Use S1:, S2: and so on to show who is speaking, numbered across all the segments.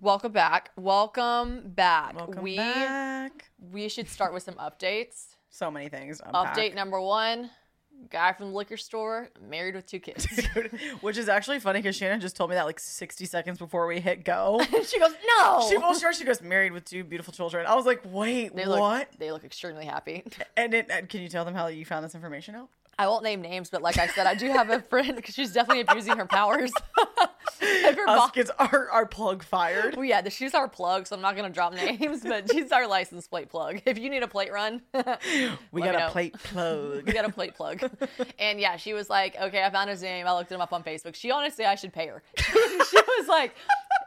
S1: Welcome back. Welcome back.
S2: Welcome
S1: we
S2: back.
S1: we should start with some updates.
S2: So many things. to
S1: Update
S2: unpack.
S1: number one: guy from the liquor store married with two kids.
S2: Which is actually funny because Shannon just told me that like 60 seconds before we hit go.
S1: she goes, no.
S2: She full sure she goes married with two beautiful children. I was like, wait,
S1: they look,
S2: what?
S1: They look extremely happy.
S2: And, it, and can you tell them how you found this information out?
S1: I won't name names, but like I said, I do have a friend because she's definitely abusing her powers. Like her
S2: Us
S1: boss-
S2: kids are, are plug fired.
S1: well, yeah, she's our plug, so I'm not gonna drop names, but she's our license plate plug. If you need a plate run,
S2: We
S1: let me
S2: got a
S1: know.
S2: plate plug.
S1: we got a plate plug. And yeah, she was like, okay, I found his name. I looked him up on Facebook. She honestly, I should pay her. she was like,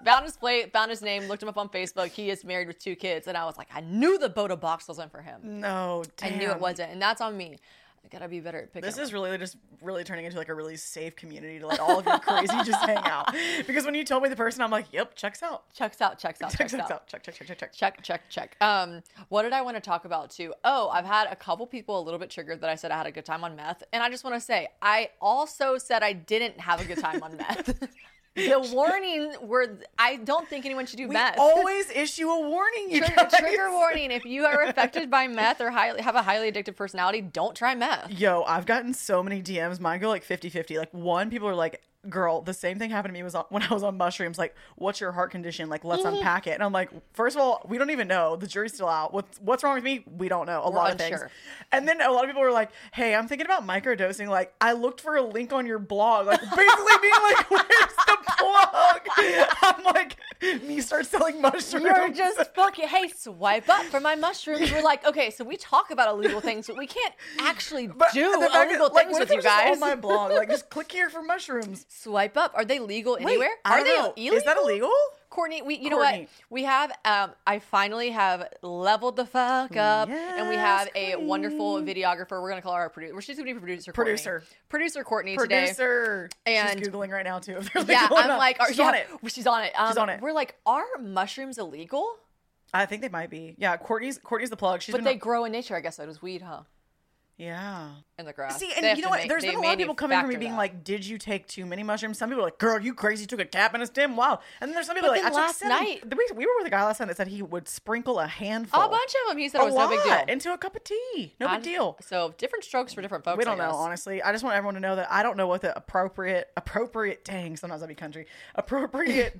S1: found his plate, found his name, looked him up on Facebook. He is married with two kids. And I was like, I knew the Boda box wasn't for him.
S2: no, damn.
S1: I knew it wasn't. And that's on me. I gotta be better at picking
S2: This
S1: up.
S2: is really just really turning into like a really safe community to let all of your crazy just hang out. Because when you told me the person, I'm like, yep, checks out.
S1: Checks out, checks out, checks,
S2: Checks, checks
S1: out.
S2: out. Check, check, check, check, check.
S1: Check, check, check. Um, what did I want to talk about too? Oh, I've had a couple people a little bit triggered that I said I had a good time on meth, and I just want to say I also said I didn't have a good time on meth. the warning were I don't think anyone should do
S2: We
S1: meth.
S2: always issue a warning, you
S1: trigger,
S2: guys.
S1: trigger warning: If you are affected by meth or highly, have a highly addictive personality, don't try meth.
S2: Yo, I've gotten so many DMs. Mine go like 50 50. Like, one, people are like, girl, the same thing happened to me was on, when I was on mushrooms. Like, what's your heart condition? Like, let's
S1: Mm-hmm.
S2: unpack it. And I'm like, first of all, we don't even know. The jury's still out. What's, what's wrong with me? We don't know. A
S1: We're
S2: lot of
S1: unsure.
S2: things. And then a lot of people were like, hey, I'm thinking about microdosing. Like, I looked for a link on your blog. Like, basically being like, where's the blog? I'm like, me start selling mushrooms.
S1: You're just fucking. Hey, swipe up for my mushrooms. We're like, okay, so we talk about illegal things, but we can't actually do
S2: the fact
S1: illegal
S2: that, like,
S1: things
S2: what
S1: with
S2: if it
S1: you
S2: was just
S1: guys.
S2: On my blog, like just click here for mushrooms.
S1: swipe up. Are they legal
S2: Wait,
S1: anywhere?
S2: I
S1: Are
S2: don't
S1: they
S2: know.
S1: illegal?
S2: Is that illegal?
S1: Courtney, we you know
S2: Courtney.
S1: what? We have um I finally have leveled the fuck up and we have a wonderful videographer. We're gonna call her our producer. Well, she's gonna be producer Courtney.
S2: Producer.
S1: Producer Courtney today.
S2: Producer.
S1: And-
S2: she's googling right now too. If they're
S1: Yeah,
S2: legal or
S1: I'm
S2: not.
S1: like, are,
S2: she's
S1: yeah,
S2: on it.
S1: well, She's on it. Um,
S2: She's on it.
S1: We're like, are mushrooms illegal?
S2: I think they might be. Yeah, Courtney's Courtney's the plug. She's
S1: But
S2: been
S1: they grow in nature. I guess that was weed, huh?
S2: yeah.
S1: In the grass.
S2: See,
S1: They
S2: and
S1: have
S2: you
S1: to
S2: know what?
S1: ma-
S2: There's
S1: they
S2: been a lot of people coming for me
S1: manufacture
S2: being
S1: that.
S2: like, "Did you take too many mushrooms?" Some people are like, "Girl, you crazy! You took a cap and a stem." Wow. And then there's some people
S1: But
S2: like,
S1: then
S2: "I took
S1: last
S2: seven.
S1: night-
S2: The- we, we were with a guy last time that said he would sprinkle a handful,
S1: a bunch of them. He said
S2: "Oh, a
S1: it was no big
S2: lot
S1: deal.
S2: into a cup of tea. No
S1: I'm-
S2: big deal.
S1: So different strokes for different folks.
S2: We don't
S1: I
S2: know,
S1: guess.
S2: honestly. I just want everyone to know that I don't know what the appropriate appropriate dang, sometimes I'll be country. Appropriate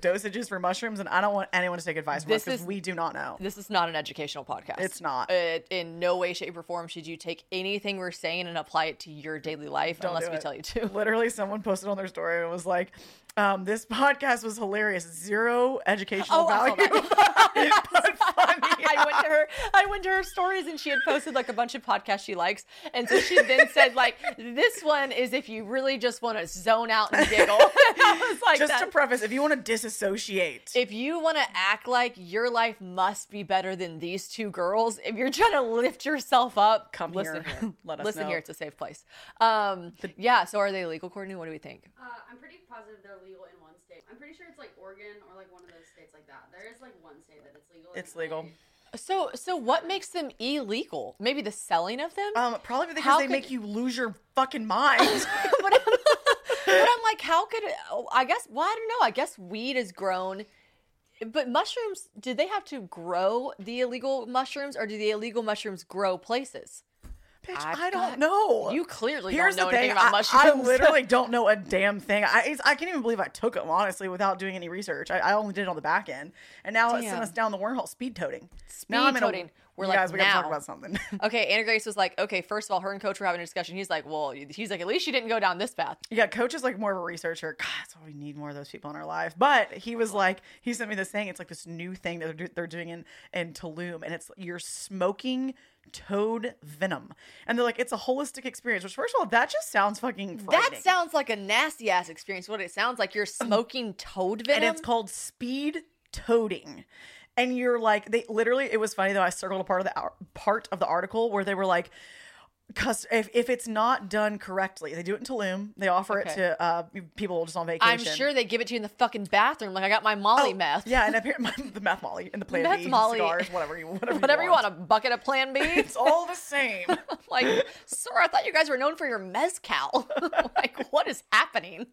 S2: dosages for mushrooms, and I don't want anyone to take advice from us
S1: This
S2: because
S1: is-
S2: we do not know.
S1: This is not an educational podcast.
S2: It's not.
S1: It, in no way, shape, or form should you take anything we're saying and apply it to your daily life unless
S2: do
S1: we
S2: it.
S1: tell you to.
S2: Literally someone posted on their story and was like, um, this podcast was hilarious. Zero educational
S1: Oh, I
S2: value.
S1: saw
S2: but funny.
S1: I went to her. I went to her stories, and she had posted like a bunch of podcasts she likes, and so she then said like, "This one is if you really just want to zone out and giggle." I was like,
S2: Just
S1: that-
S2: to preface, if you want to disassociate,
S1: if you want to act like your life must be better than these two girls, if you're trying to lift yourself up,
S2: Come
S1: listen
S2: here.
S1: here.
S2: Let us
S1: listen
S2: know.
S1: here. It's a safe place. Um, yeah. So are they legal, Courtney? What do we think?
S3: Uh, I'm pretty positive they're legal in one state. I'm pretty sure it's like Oregon or like one of those states like that. There is like one state that it's legal.
S2: it's legal.
S1: So, so what makes them illegal? Maybe the selling of them.
S2: Um, probably because
S1: How
S2: they
S1: could-
S2: make you lose your fucking mind.
S1: but, I'm, but I'm like, how could? It, oh, I guess. Well, I don't know. I guess weed is grown, but mushrooms. Did they have to grow the illegal mushrooms, or do the illegal mushrooms grow places?
S2: Bitch,
S1: I've
S2: I don't
S1: got-
S2: know.
S1: You clearly
S2: Here's
S1: don't know
S2: the
S1: anything
S2: thing.
S1: about
S2: I-
S1: mushrooms.
S2: I, literally don't know a damn thing. I it's- I can't even believe I took them honestly without doing any research. I, I only did it on the back end, and now it
S1: Damn.
S2: sent us down the wormhole speed toting.
S1: Speed
S2: Now I'm in a-
S1: toting. We're
S2: you
S1: like,
S2: guys, we gotta talk
S1: now.
S2: about something.
S1: okay, Anna Grace was like, okay, first of all, her and Coach were having a discussion. He's like, well, he's like, at least you didn't go down this path.
S2: Yeah, coach is like more of a researcher. God, that's why we need more of those people in our life. But he was like, he sent me this thing. It's like this new thing that they're, do- they're doing in in Tulum, and it's you're smoking toad venom, and they're like, it's a holistic experience. Which, first of all, that just sounds fucking
S1: That
S2: frightening.
S1: sounds like a nasty ass experience. What it sounds like, you're smoking toad venom.
S2: and it's called speed toading. And you're like, they literally. It was funny though. I circled a part of the ar- part of the article where they were like. Cust- if, if it's not done correctly, they do it in Tulum. They offer it
S1: Okay.
S2: to uh, people just on vacation.
S1: I'm sure they give it to you in the fucking bathroom. Like I got my Molly
S2: Oh,
S1: meth.
S2: Yeah, and apparently the meth molly and the plan
S1: Meth
S2: B,
S1: Molly.
S2: cigars, whatever you whatever,
S1: Whatever you want,
S2: want.
S1: a bucket of Plan B.
S2: It's all the same.
S1: like, sir, I thought you guys were known for your mezcal. like, what is happening,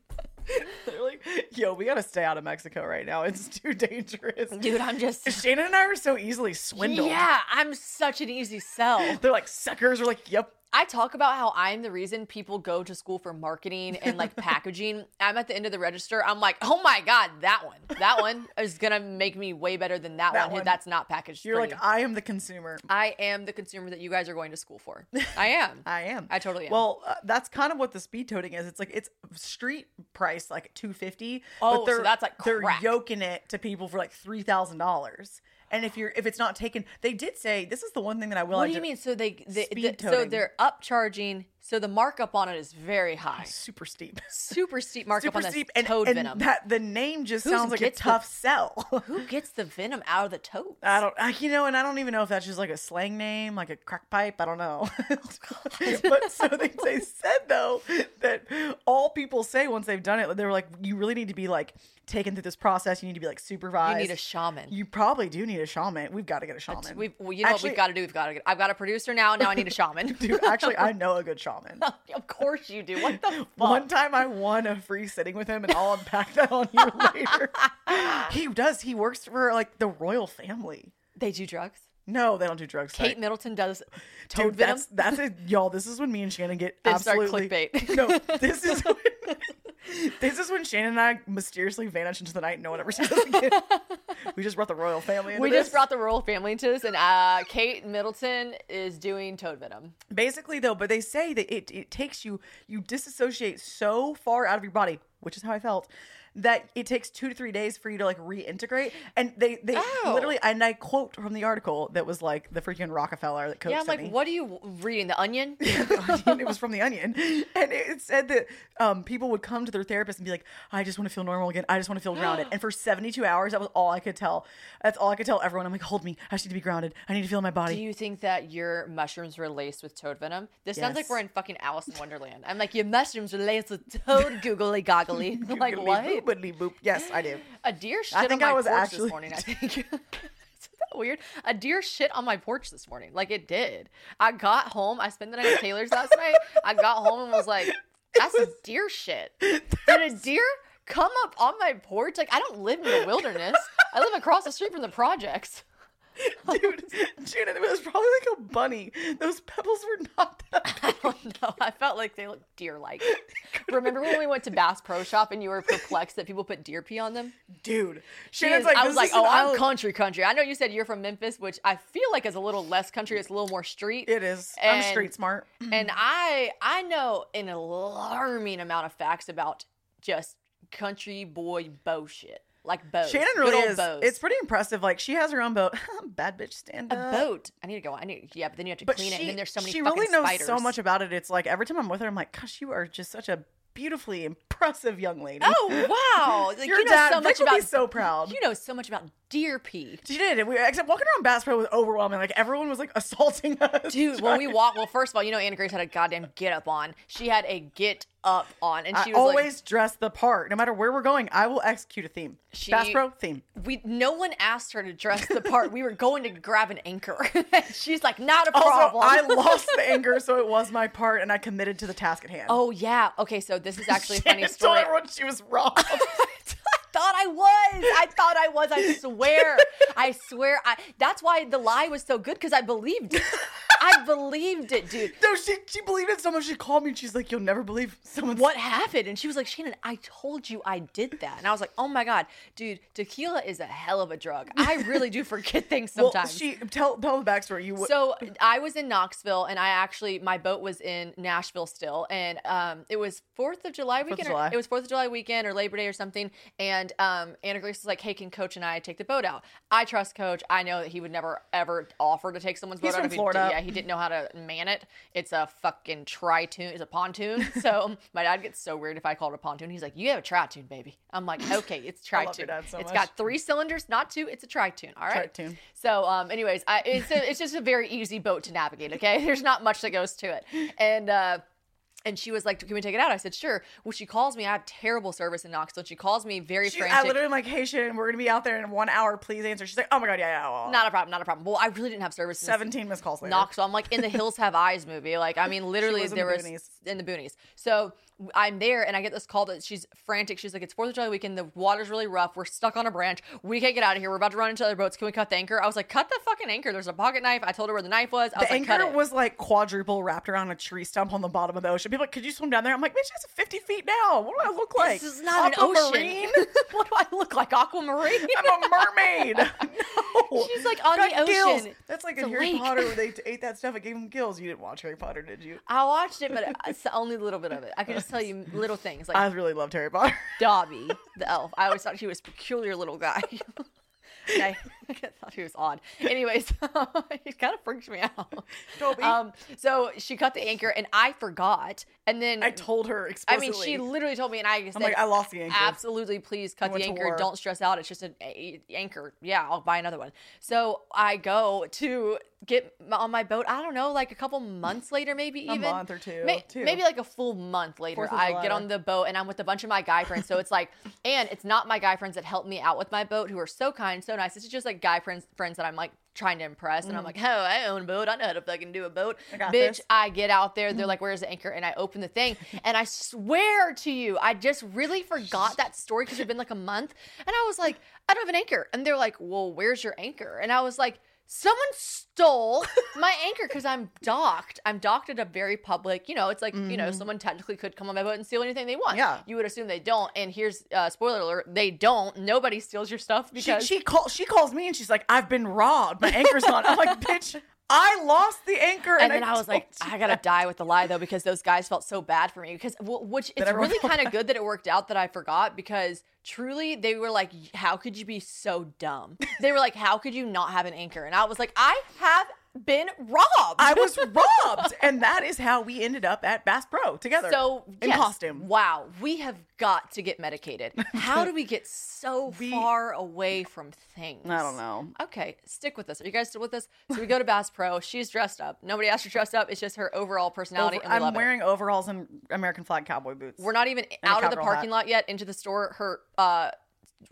S2: They're like, yo, we gotta stay out of Mexico right now. It's too dangerous.
S1: dude? I'm just
S2: Shannon and I are so easily swindled.
S1: yeah. I'm such an easy sell.
S2: They're like suckers. We're like, yep.
S1: I talk about how I'm the reason people go to school for marketing and like packaging. I'm at the end of the register. I'm like, oh my god, that one, that one is gonna make me way better than that,
S2: That
S1: one,
S2: one.
S1: That's not packaged.
S2: You're like, "Ah."
S1: pretty.
S2: I am the consumer.
S1: I am the consumer that you guys are going to school for. I am.
S2: I am.
S1: I totally am.
S2: Well, uh, that's kind of what the speed toting is. It's like it's street price like two fifty.
S1: Oh, so that's like
S2: they're
S1: crack.
S2: yoking it to people for like three thousand dollars. And if you're if it's not taken, they did say this is the one thing that I will.
S1: what
S2: I
S1: do you
S2: did-
S1: mean? So they, they,
S2: Speed
S1: the- so
S2: toting.
S1: they're upcharging. So the markup on it is very high.
S2: Super steep.
S1: Super steep markup
S2: super
S1: on this
S2: steep and,
S1: toad
S2: and
S1: venom.
S2: that the name just
S1: Who's
S2: sounds like a
S1: gets the-
S2: tough sell
S1: Who gets the venom out of the toad?
S2: i don't I, you know and i don't even know if that's just like a slang name like a crack pipe i don't know but so they, they said though that all people say once they've done it they were like you really need to be like taken through this process you need to be like
S1: You
S2: supervised
S1: need a shaman.
S2: You probably do need a shaman we've got to get a shaman
S1: We've, well, you know what
S2: Actually-
S1: we've got to do. We've got to. Get, I've got a producer now. Now I need a shaman.
S2: dude actually i know a good shaman
S1: of course you do. What the fuck?
S2: One time I won a free sitting with him, and I'll unpack that on you later. he does. He works for like the royal family.
S1: They do drugs.
S2: No, they don't do drugs. sorry.
S1: Kate Middleton does toad
S2: Dude,
S1: venom.
S2: that's that's it, y'all. This is when me and Shannon get
S1: This is our
S2: absolutely
S1: clickbait.
S2: No, this is when, this is when Shannon and I mysteriously vanish into the night. and No one ever sees us again. we just brought the royal family. Into
S1: we
S2: this.
S1: just brought the royal family into this, and uh, Kate Middleton is doing toad venom.
S2: Basically, though, but they say that it, it takes you, you disassociate so far out of your body, which is how I felt, that it takes two to three days for you to like reintegrate. And they, they
S1: Ow.
S2: literally, and I quote from the article that was like the freaking Rockefeller that coached
S1: Yeah, I'm like,
S2: me.
S1: what are you reading? The Onion?
S2: it was from the onion and it said that um, people would come to their therapist and be like i just want to feel normal again i just want to feel grounded and for 72 hours that was all i could tell that's all i could tell everyone i'm like hold me i just need to be grounded i need to feel my body
S1: Do you think that your mushrooms were laced with toad venom? This sounds like
S2: Yes.
S1: we're in fucking Alice in Wonderland. I'm like, your mushrooms are laced with toad googly goggly. I'm like,
S2: Googly
S1: what?
S2: boopity boop. yes i do
S1: A deer shit
S2: I think
S1: on my
S2: I was
S1: porch
S2: actually-
S1: this morning, I think. Isn't that weird? A deer shit on my porch this morning. Like it did. I got home. I spent the night at Taylor's last night. I got home and was like, that's deer shit. Did a deer come up on my porch? Like, I don't live in the wilderness. I live across the street from the projects.
S2: dude Shannon, it was probably like a bunny those pebbles were not that
S1: I don't know. I felt like they looked deer-like. Remember when we went to Bass Pro Shop and you were perplexed that people put deer pee on them?
S2: dude
S1: She
S2: Shannon's
S1: is-
S2: like
S1: I
S2: this
S1: was like,
S2: is an
S1: oh, I'm
S2: island."
S1: country, country. I know you said you're from Memphis, which I feel like is a little less country. It's a little more street.
S2: it is i'm
S1: And-
S2: street smart
S1: And I, I know an alarming amount of facts about just country boy bullshit, like bows.
S2: Shannon
S1: good
S2: really
S1: old
S2: is.
S1: Bows.
S2: It's pretty impressive. Like she has her own boat. Bad bitch stand
S1: a
S2: up.
S1: boat. I need to go. I need. Yeah, but then you have to
S2: but
S1: clean
S2: she,
S1: it, and then there's so many.
S2: she
S1: fucking
S2: really knows
S1: spiders.
S2: so much about it. It's like every time I'm with her, I'm like, gosh, you are just such a beautifully impressive young lady.
S1: Oh wow! Like,
S2: your
S1: you know
S2: dad,
S1: so
S2: Vic
S1: much
S2: would be
S1: about.
S2: so proud.
S1: you know so much about deer pee.
S2: she did. We, except walking around Bass Pro was overwhelming. Like everyone was like assaulting us.
S1: Dude, when we walk, well, first of all, you know Anna Grace had a goddamn get up on. She had a get up on, and she was
S2: I always dress the part, no matter where we're going. I will execute a theme.
S1: She-
S2: Bass Pro theme.
S1: like, "We." No one asked her to dress the part. we were going to grab an anchor. She's like, "Not a
S2: Also,
S1: problem."
S2: I lost the anger, so it was my part, and I committed to the task at hand.
S1: oh yeah. Okay, so this is actually a funny
S2: Shannon
S1: story.
S2: Told everyone she was wrong.
S1: thought I was. I thought I was. I swear. I swear. I. That's why the lie was so good because I believed. it. I believed it, dude.
S2: No, she, she believed it so much. She called me and she's like, "You'll never believe someone."
S1: What happened? And she was like, Shannon, I told you I did that. And I was like, oh my God, dude, tequila is a hell of a drug. I really do forget things
S2: Well,
S1: sometimes.
S2: she tell tell the backstory. You so,
S1: So I was in Knoxville, and I actually my boat was in Nashville still, and um, it was Fourth of July weekend. or-
S2: July.
S1: It was Fourth of July weekend or Labor Day or something. And um, Anna Grace was like, "Hey, can Coach and I take the boat out?" I trust Coach. I know that he would never ever offer to take someone's
S2: He's
S1: boat out.
S2: from
S1: if he
S2: Florida.
S1: Did, yeah, he didn't know how to man it. It's a fucking tritoon. It's a pontoon. So my dad gets so weird if I call it a pontoon. He's like, "You have a tritoon, baby." I'm like, "Okay, it's
S2: I
S1: tritoon.
S2: love your dad so
S1: It's
S2: much.
S1: got three cylinders, not two. It's a tritune. All right.
S2: Tritune.
S1: So, um, anyways, I, it's a, it's just a very easy boat to navigate. Okay, there's not much that goes to it, and. uh and she was like, "Can we take it out?" I said, "Sure." Well, she calls me. I have terrible service in Knoxville. She calls me very
S2: she, I
S1: frantic.
S2: literally am like, "Hey, Shannon, we're gonna be out there in one hour. Please answer." She's like, "Oh my god, yeah, yeah, well,
S1: not a problem. Not a problem. Well, I really didn't have service. in this-
S2: seventeen missed calls later."
S1: Knoxville. I'm like in the Hills Have Eyes movie. Like I mean, literally
S2: was in
S1: there
S2: the
S1: was
S2: boonies.
S1: in the boonies. So I'm there and I get this call that she's frantic. She's like, "It's Fourth of July weekend. The water's really rough. We're stuck on a branch. We can't get out of here. We're about to run into other boats. Can we cut the anchor?" I was like, "Cut the fucking anchor." There's a pocket knife. I told her where the knife was. I was
S2: The
S1: like, "Cut
S2: anchor
S1: it."
S2: was like quadruple wrapped around a tree stump on the bottom of the ocean. People are like, could you swim down there? I'm like, bitch, it's 50 feet down. What do I look like?
S1: this is not an
S2: Aquamarine?
S1: ocean. what do I look like, Aquamarine?
S2: I'm a mermaid. No.
S1: She's like, on the
S2: Got gills.
S1: ocean.
S2: That's like
S1: It's
S2: in
S1: a
S2: Harry
S1: lake.
S2: Potter where they ate that stuff. It gave them gills. You didn't watch Harry Potter, did you?
S1: I watched it, but it's only a little bit of it. I could just tell you little things like
S2: I really loved Harry Potter.
S1: Dobby, the elf. I always thought he was a peculiar little guy. And I I thought he was odd. Anyways, he kind of freaked me out.
S2: Dobby.
S1: Um, so she cut the anchor, and I forgot. And then
S2: I told her
S1: I
S2: explicitly.
S1: mean, she literally told me, and I said,
S2: like, "I lost the anchor."
S1: Absolutely, please cut
S2: went
S1: the
S2: to
S1: anchor.
S2: war.
S1: Don't stress out. It's just an a- anchor. Yeah, I'll buy another one. So I go to get m- on my boat. I don't know, like a couple months later, maybe even
S2: month or two,
S1: May-
S2: two.
S1: maybe like a full month later.
S2: Fourth of
S1: I
S2: July.
S1: get on the boat, and I'm with a bunch of my guy friends. So it's like, and it's not my guy friends that helped me out with my boat, who are so kind, so nice. It's just like guy friends, friends that I'm like trying to impress, and I'm like, oh, I own a boat. I know how to fucking do a boat,
S2: Mm. got
S1: bitch.
S2: this.
S1: I get out there,
S2: Mm.
S1: they're like, "Where's the anchor?" And I open the thing, and I swear to you, I just really forgot that story because it'd been like a month, and I was like, "I don't have an anchor," and they're like, "Well, where's your anchor?" And I was like, "Someone stole my anchor because I'm docked. I'm docked at a very public, you know, it's like you know, someone technically could come on my boat and steal anything they want.
S2: Mm-hmm. Yeah.
S1: you would assume they don't. And here's uh, spoiler alert: they don't. Nobody steals your stuff
S2: she,
S1: because
S2: she, call, she calls me and she's like, I've been robbed. My anchor's gone. I'm like, bitch, I lost the anchor.
S1: and, then I, was
S2: told
S1: like,
S2: you
S1: I gotta
S2: that."
S1: die with the lie though, because those guys felt so bad for me. Because w- which it's
S2: everyone
S1: really
S2: felt
S1: kind of good that it worked out that I forgot because truly they were like, how could you be so dumb? They were like, how could you not have an anchor? And I was like, I have been robbed.
S2: I was robbed. And that is how we ended up at Bass Pro together.
S1: so
S2: in
S1: yes,
S2: costume.
S1: Wow, we have got to get medicated. How do we get so far away from things?
S2: I don't know.
S1: Okay, stick with us. Are you guys still with us? So we go to Bass Pro. She's dressed up. Nobody asked her dressed up. It's just her overall personality.
S2: Over-
S1: and we
S2: I'm
S1: love it.
S2: wearing overalls and American flag cowboy boots.
S1: We're not even
S2: a
S1: out of the
S2: cowgirl
S1: parking
S2: hat.
S1: lot yet. Into the store, her uh,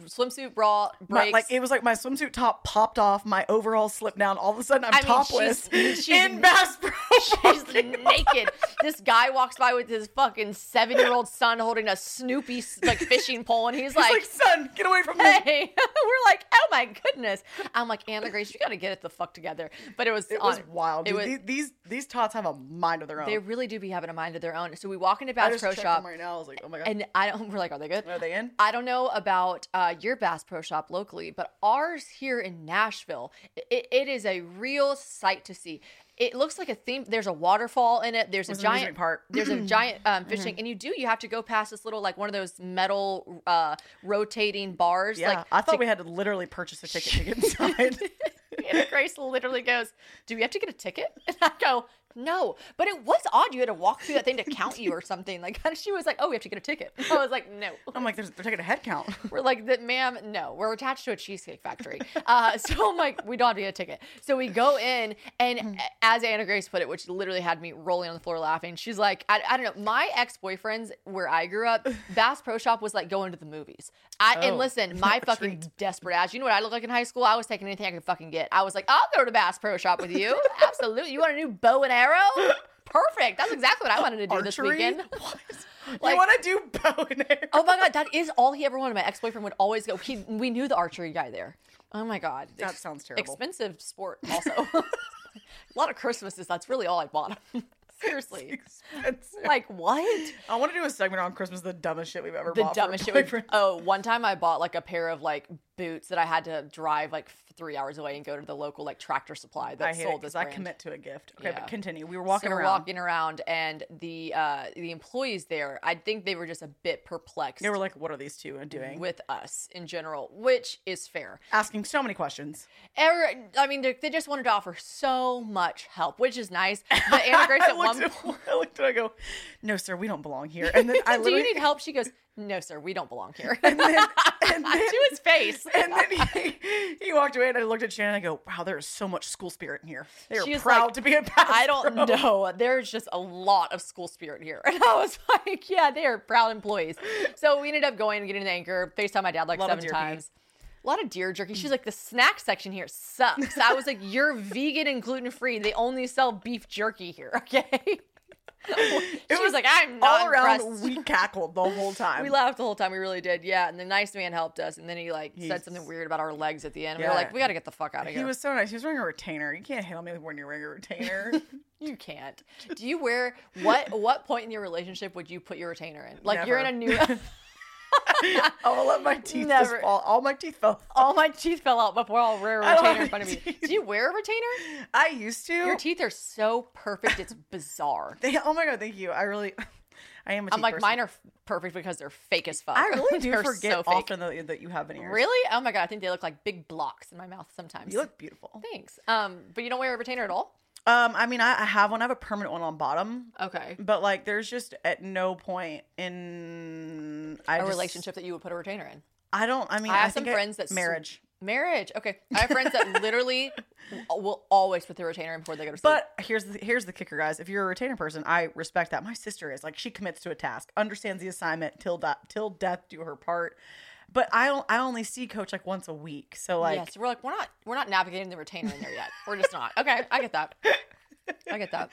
S1: swimsuit bra
S2: My-
S1: breaks.
S2: like it was like my swimsuit top popped off, my overalls slipped down. All of a sudden, I'm
S1: I mean,
S2: topless
S1: she's- she's-
S2: in Bass Pro.
S1: She's naked. This guy walks by with his fucking seven-year-old son holding a Snoopy like fishing pole, and he's,
S2: It's
S1: like,
S2: like, son, get away from me.
S1: "Hey!" We're like, "Oh my goodness!" I'm like, "Anna Grace, you got to get it the fuck together." But it was
S2: It was
S1: on-
S2: wild.
S1: It
S2: dude.
S1: was.
S2: these, these these tots have a mind of their own.
S1: They really do be having a mind of their own. So we walk into
S2: I
S1: Bass
S2: just
S1: Pro
S2: checked
S1: Shop.
S2: them right now. I was like, oh my god,
S1: And I don't. We're like, are they good?
S2: Are they in?
S1: I don't know about uh, your Bass Pro Shop locally, but ours here in Nashville, it, it is a real sight to see. It looks like a theme. There's a waterfall in it. There's a
S2: It's an amusement
S1: giant
S2: park.
S1: There's a giant um,
S2: Mm-hmm.
S1: fishing, and you do. You have to go past this little like one of those metal uh, rotating bars.
S2: yeah.
S1: Like
S2: I thought we had to literally purchase a ticket to get inside.
S1: and Grace literally goes, "Do we have to get a ticket?" And I go, "No." But it was odd. You had to walk through that thing to count you or something. Like she was like, "Oh, we have to get a ticket." I was like, "No."
S2: I'm like, there's, they're taking a head count.
S1: We're like, that, ma'am, no, we're attached to a cheesecake factory. Uh, so I'm like, we don't have to get a ticket. So we go in,
S2: Hmm.
S1: and as Anna Grace put it, which literally had me rolling on the floor laughing, she's like, I, I don't know, my ex boyfriends where I grew up, Bass Pro Shop was like going to the movies. I, And
S2: Oh,
S1: listen, my fucking desperate ass, you know what I look like in high school? I was taking anything I could fucking get. I was like, I'll go to Bass Pro Shop with you. Absolutely. You want a new bow and arrow? Perfect. That's exactly what I wanted to do this
S2: Archery?
S1: weekend.
S2: What?
S1: Like-
S2: you want to do bow and arrow?
S1: Oh my god, that is all he ever wanted. My ex boyfriend would always go. He we knew the archery guy there. Oh my god,
S2: That sounds terrible.
S1: Expensive sport, also. a lot of Christmases. That's really all I bought. Seriously,
S2: expensive.
S1: like what?
S2: I want to do a segment on Christmas, the dumbest shit we've ever
S1: The
S2: bought. for
S1: dumbest shit. We've,
S2: boyfriends.
S1: oh, one time I bought like a pair of like boots that I had to drive like f- three hours away and go to the local like tractor supply that
S2: I hate
S1: sold
S2: it
S1: this.
S2: because I
S1: brand.
S2: commit to a gift. Okay,
S1: Yeah.
S2: but continue. We were walking
S1: so we're
S2: around.
S1: walking around, and the uh, the employees there, I think they were just a bit perplexed
S2: They were like, "What are these two doing?"
S1: with us in general, which is fair.
S2: Asking so many questions.
S1: Every, I mean, they they just wanted to offer so much help, which is nice. But Anna Grace
S2: I
S1: at one
S2: looked
S1: point.
S2: I looked and I go, "No, sir, we don't belong here." And then I
S1: Do
S2: literally
S1: you need help? She goes, No, sir, we don't belong here.
S2: and then,
S1: to his face.
S2: and then he, he walked away, and I looked at Shannon. and I go, "Wow, there is so much school spirit in here. They are
S1: She was
S2: proud
S1: like,
S2: to be a pastor."
S1: I don't know. There's just a lot of school spirit here. And I was like, yeah, they are proud employees. So we ended up going and getting an anchor, FaceTime my dad like
S2: Lot of
S1: seven
S2: deer Mm.
S1: times. A lot of deer jerky. She's like, the snack section here sucks. I was like, you're vegan and gluten free. They only sell beef jerky here, okay? she was, like, I'm not
S2: all around.
S1: impressed.
S2: We cackled the whole time.
S1: We laughed the whole time. We really did. Yeah. And the nice man helped us. And then he like said
S2: He's-
S1: something weird about our legs at the end. We were
S2: Yeah.
S1: like, we got to get the fuck out of here.
S2: He was so nice. He was wearing a retainer. You can't hit on me when you're wearing a retainer.
S1: You can't. Do you wear what? What point in your relationship would you put your retainer in? Like you're in a new.
S2: all of my teeth
S1: Never.
S2: just fall. All my teeth fell.
S1: all my teeth fell out before I'll wear a
S2: I don't
S1: retainer in
S2: have
S1: front of me.
S2: any teeth.
S1: Do you wear a retainer?
S2: I used to.
S1: Your teeth are so perfect. It's bizarre.
S2: They, oh my god, thank you. I really, I am. A
S1: I'm
S2: teeth
S1: like
S2: person.
S1: mine are f- perfect because they're fake as fuck.
S2: I really do
S1: They're
S2: forget
S1: so fake.
S2: often that, that you have an ear.
S1: Really? Oh my god, I think they look like big blocks in my mouth sometimes.
S2: you look beautiful.
S1: Thanks. Um, but you don't wear a retainer at all.
S2: Um, I mean, I, I have one. I have a permanent one on bottom,
S1: Okay.
S2: but like, there's just at no point in I
S1: A
S2: just-
S1: relationship that you would put a retainer in.
S2: I don't. I mean,
S1: I
S2: I
S1: have some
S2: think I-
S1: friends that sw-
S2: marriage.
S1: Marriage. Okay. I have friends that literally w- will always put their retainer in before they go to sleep.
S2: But here's the here's the kicker, guys. If you're a retainer person, I respect that. My sister is like she commits to a task, understands the assignment till that till death do her part. But I don't- I only see coach like once a week, so like
S1: yes, we're like we're not we're not navigating the retainer in there yet. We're just not. Okay, I get that. I get that.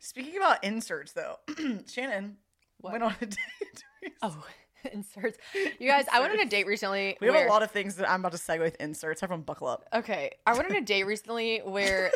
S2: Speaking about inserts, though, Shannon
S1: What?
S2: went on a date.
S1: Oh, inserts. You guys, I went on a date recently.
S2: we have
S1: where-
S2: a lot of things that I'm about to segue with inserts. Everyone, buckle up.
S1: Okay, I went on a date recently where I-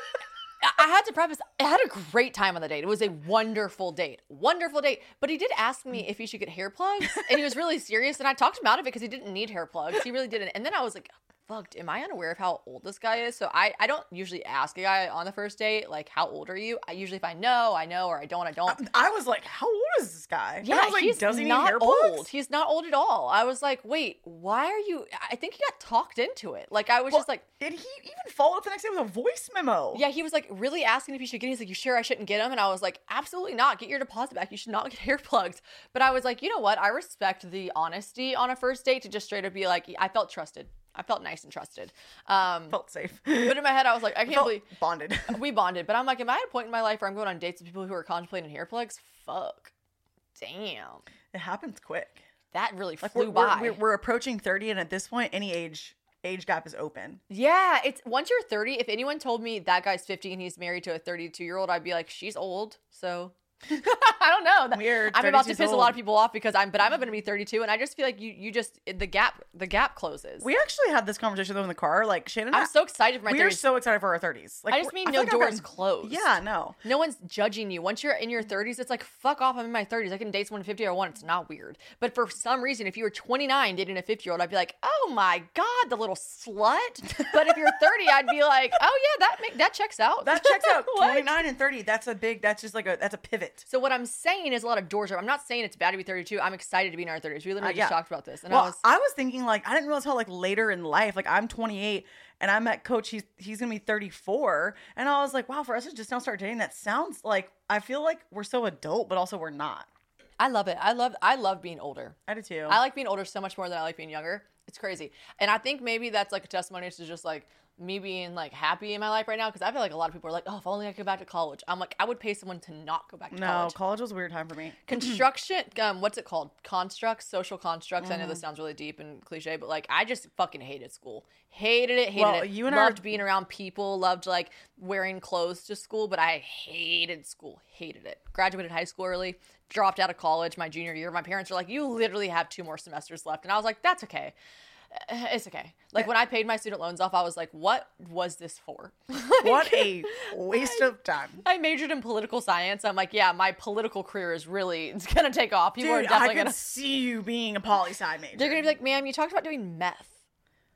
S1: I had to preface. I had a great time on the date. It was a wonderful date, wonderful date. But he did ask me if he should get hair plugs, and he was really serious. And I talked him out of it because he didn't need hair plugs. He really didn't. And then I was like. Fucked. Am I unaware of how old this guy is? So I, I don't usually ask a guy on the first date like how old are you. I usually if I know I know or I don't I don't.
S2: I was like, "How old is this guy?" And
S1: Yeah,
S2: Um, I was like,
S1: he's
S2: "Does he need
S1: not
S2: hair plugs?"
S1: old. He's not old at all. I was like, wait, why are you? I think he got talked into it. Like I was just like,
S2: Did he even follow up the next day with a voice memo?
S1: yeah, he was like really asking if he should get. It. He's like, you sure I shouldn't get him? And I was like, absolutely not. Get your deposit back. You should not get hair plugs. But I was like, you know what? I respect the honesty on a first date to just straight up be like, I felt trusted. I felt nice and trusted. Um,
S2: felt safe.
S1: but in my head, I was like, I can't
S2: Felt
S1: believe
S2: bonded.
S1: we bonded. But I'm like, am I at a point in my life where I'm going on dates with people who are contemplating hair plugs? Fuck, damn,
S2: it happens quick.
S1: that really
S2: Like
S1: flew
S2: we're,
S1: by.
S2: we're, we're, we're approaching thirty, and at this point, any age age gap is open.
S1: Yeah, it's once you're 30, if anyone told me that guy's 50 and he's married to a 32 year old, I'd be like, she's old. So I don't know. That-
S2: Weird,
S1: I'm about to
S2: 32's
S1: piss a lot of
S2: old. Mm-hmm.
S1: people off because I'm, but I'm going to be 32, and I just feel like you, you just the gap, the gap closes.
S2: We actually had this conversation though in the car. Like Shannon, and I-
S1: I'm so excited for my
S2: we are
S1: 30s.
S2: so excited for our thirties. Like
S1: I just
S2: we're-
S1: mean
S2: feel
S1: no
S2: like I've
S1: doors
S2: gotten-
S1: closed.
S2: Yeah, no.
S1: No one's judging you. Once you're in your 30s, it's like fuck off. I'm in my 30s. I can date someone at 50 or one. It's not weird. But for some reason, if you were 29 dating a 50 year old, I'd be like, oh my god, the little slut. But if you're 30, I'd be like, oh yeah, that make, that checks out.
S2: That checks out.
S1: What?
S2: 29 and 30. That's a big, that's just like a, that's a pivot.
S1: So what I'm saying is a lot of doors are. I'm not saying it's bad to be 32. I'm excited to be in our 30s. We literally just
S2: Uh, yeah.
S1: talked about this, and
S2: well,
S1: I was
S2: thinking like, I didn't realize how like later in life, like I'm 28 and I met coach, he's, he's going to be 34. And I was like, wow, for us to just now start dating, that sounds like, I feel like we're so adult, but also we're not.
S1: I love it. I love I love being older.
S2: I do too.
S1: I like being older so much more than I like being younger. It's crazy, and I think maybe that's like a testimony to just like me being like happy in my life right now because I feel like a lot of people are like, oh, if only I could go back to college. I'm like, I would pay someone to not go back to
S2: no,
S1: college.
S2: college. was a weird time for me.
S1: construction um what's it called constructs social constructs i know
S2: Mm-hmm.
S1: this sounds really deep and cliche but like i just fucking hated school hated it hated
S2: Well,
S1: it
S2: you and I are-
S1: loved being around people loved like wearing clothes to school but i hated school hated it graduated high school early dropped out of college my junior year my parents were like you literally have two more semesters left and i was like that's okay it's okay. Like when I paid my student loans off, I was like, what was this for?
S2: What a waste of time.
S1: I majored in political science. I'm like, yeah, my political career is really it's gonna take off. People are
S2: Dude, I
S1: definitely
S2: could
S1: gonna
S2: see you being a poli sci major.
S1: they're gonna be like, ma'am, you talked about doing meth.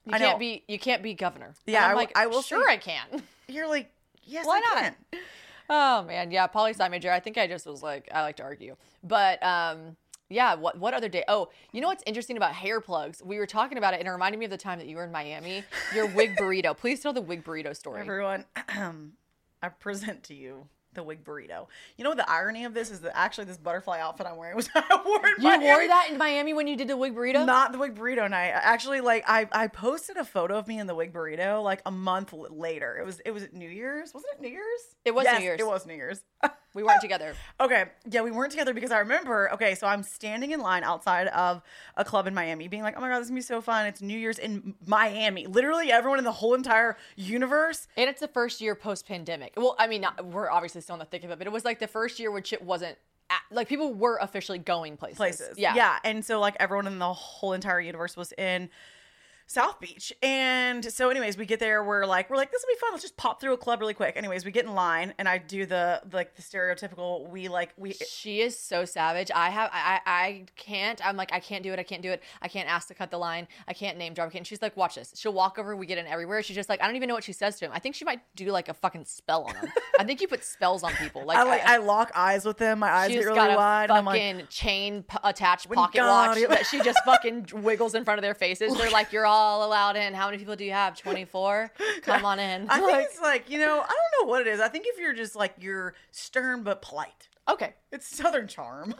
S1: You
S2: I
S1: can't
S2: know.
S1: be you can't be governor. And
S2: Yeah, I
S1: I'm
S2: will-
S1: like,
S2: I will
S1: sure
S2: say-
S1: I can.
S2: You're like, yes,
S1: Why
S2: I
S1: not?
S2: can.
S1: Oh man, yeah, poli sci major. I think I just was like, I like to argue, but um, yeah. What what other day? Oh, you know what's interesting about hair plugs? We were talking about it, and it reminded me of the time that you were in Miami. Your wig burrito. Please tell the wig burrito story.
S2: Everyone, I present to you the wig burrito. You know the irony of this is that actually this butterfly outfit I'm wearing was I wore. in
S1: you
S2: Miami.
S1: wore that in Miami when you did the wig burrito.
S2: Not the wig burrito night. Actually, like I, I posted a photo of me in the wig burrito like a month l- later. It was it was at New Year's. Wasn't it New Year's?
S1: It was New
S2: Yes,
S1: Year's.
S2: It was New Year's.
S1: we weren't together.
S2: Okay. Yeah, we weren't together because I remember. Okay, so I'm standing in line outside of a club in Miami, being like, "Oh my god, this is gonna be so fun! It's New Year's in Miami." Literally, everyone in the whole entire universe.
S1: And it's the first year post pandemic. Well, I mean, not, we're obviously still in the thick of it, but it was like the first year when shit wasn't at, like people were officially going places.
S2: places.
S1: Yeah.
S2: Yeah. And so like everyone in the whole entire universe was in South Beach. And so anyways, we get there, we're like, we're like, this will be fun. Let's just pop through a club really quick. Anyways, we get in line and I do the like the stereotypical we like we
S1: She is so savage. I have I I- I can't. I'm like I can't do it. I can't do it. I can't ask to cut the line. I can't name drop. I can't. She's like, watch this. She'll walk over. We get in everywhere. She's just like, I don't even know what she says to him. I think she might do like a fucking spell on him. I think you put spells on people. Like,
S2: I like I lock eyes with them. My eyes
S1: she
S2: get
S1: just
S2: really
S1: got a
S2: wide and I'm like
S1: fucking chain p- attached
S2: When
S1: pocket
S2: God-
S1: watch that she just fucking wiggles in front of their faces. They're like, "You're all allowed in. How many people do you have? 24. Come on in."
S2: I think
S1: Like,
S2: it's like, you know, I don't know what it is. I think if you're just like you're stern but polite.
S1: okay,
S2: It's Southern charm.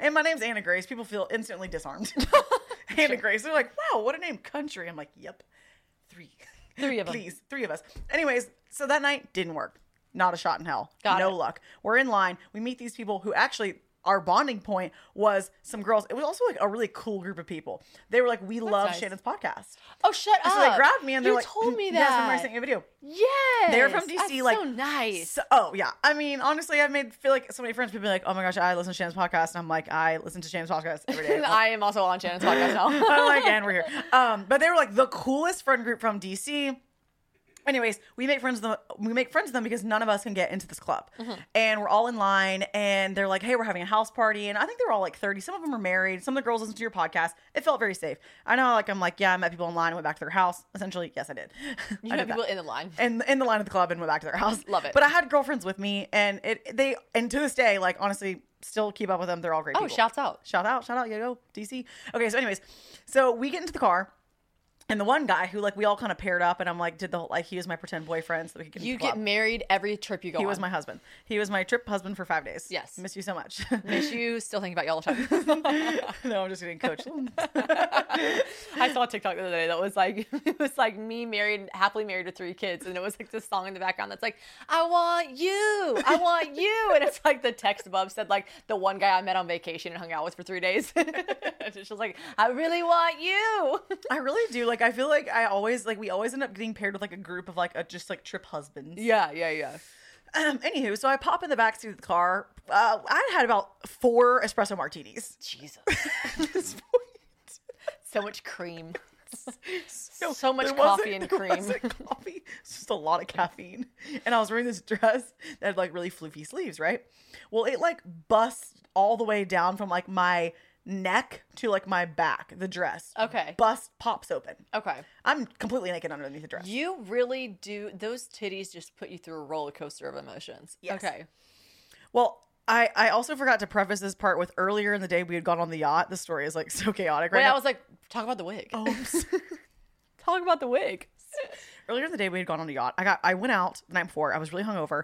S2: And my name's Anna Grace. People feel instantly disarmed. Anna Grace. They're like, wow, what a name. Country. I'm like, yep. Three.
S1: Three of 'em.
S2: Please. Three of us. Anyways, so that night didn't work. Not a shot in hell.
S1: Got
S2: no
S1: it.
S2: luck. We're in line. We meet these people who actually our bonding point was some girls. It was also like a really cool group of people. They were like, "We love
S1: nice.
S2: Shannon's podcast."
S1: Oh, shut up!
S2: So they grabbed me and they're
S1: you
S2: like,
S1: told me
S2: "Mm, Yes, I'm
S1: that."
S2: sending you a video.
S1: Yes,
S2: They're from DC,
S1: That's
S2: like,
S1: so nice.
S2: So, oh yeah, I mean, honestly, I've made feel like so many friends. People be like, "Oh my gosh, I listen to Shannon's podcast," and I'm like, "I listen to Shannon's podcast every day."
S1: I am also on Shannon's podcast now.
S2: I'm like, and we're here. Um, but they were like the coolest friend group from DC. Anyways, we make friends with them. We make friends with them because none of us can get into this club,
S1: Mm-hmm.
S2: and we're all in line. And they're like, "Hey, we're having a house party," and I think they're all like thirty. Some of them are married. Some of the girls listen to your podcast. It felt very safe. I know, like I'm like, yeah, I met people in line, went back to their house. Essentially, yes, I did.
S1: you
S2: I
S1: have
S2: did that
S1: people in the line.
S2: and in the line of the club and went back to their house.
S1: Love it.
S2: But I had girlfriends with me, and it they and to this day, like honestly, still keep up with them. They're all great.
S1: Oh,
S2: people.
S1: shouts out.
S2: shout out, shout out, yo yo, DC. Okay, so anyways, so we get into the car. And the one guy who like we all kind of paired up, and I'm like, did the whole, like he was my pretend boyfriend, so we could get into
S1: You
S2: the club.
S1: get married every trip you go
S2: He
S1: on.
S2: was my husband. He was my trip husband for five days.
S1: Yes.
S2: miss you so much.
S1: Miss you. Still think about you all the time.
S2: no, I'm just getting coached.
S1: I saw a TikTok the other day that was like, it was like me married, happily married with three kids, and it was like this song in the background that's like, "I want you, I want you," and it's like the text above said like the one guy I met on vacation and hung out with for three days. She's like, "I really want you."
S2: I really do. Like I feel like I always like we always end up getting paired with like a group of like a just like trip husbands.
S1: Yeah, yeah, yeah.
S2: Um, anywho, so I pop in the backseat of the car. Uh, I had about four espresso martinis.
S1: Jesus,
S2: At this point.
S1: so much cream.
S2: No,
S1: So much
S2: there wasn't-
S1: coffee and
S2: there
S1: cream.
S2: wasn't Coffee, it's just a lot of caffeine. And I was wearing this dress that had like really floofy sleeves, right? Well, it like busts all the way down from like my neck to like my back. The dress,
S1: Okay.
S2: bust pops open.
S1: Okay,
S2: I'm completely naked underneath the dress.
S1: you really do. Those titties just put you through a roller coaster of emotions.
S2: Yes.
S1: Okay.
S2: Well, I I also forgot to preface this part with earlier in the day we had gone on the yacht. The story is like so chaotic right
S1: Wait,
S2: now.
S1: I was like, talk about the wig.
S2: Oh, I'm sorry.
S1: Talk about the wig.
S2: earlier in the day we had gone on a yacht. I got I went out the night before. I was really hungover.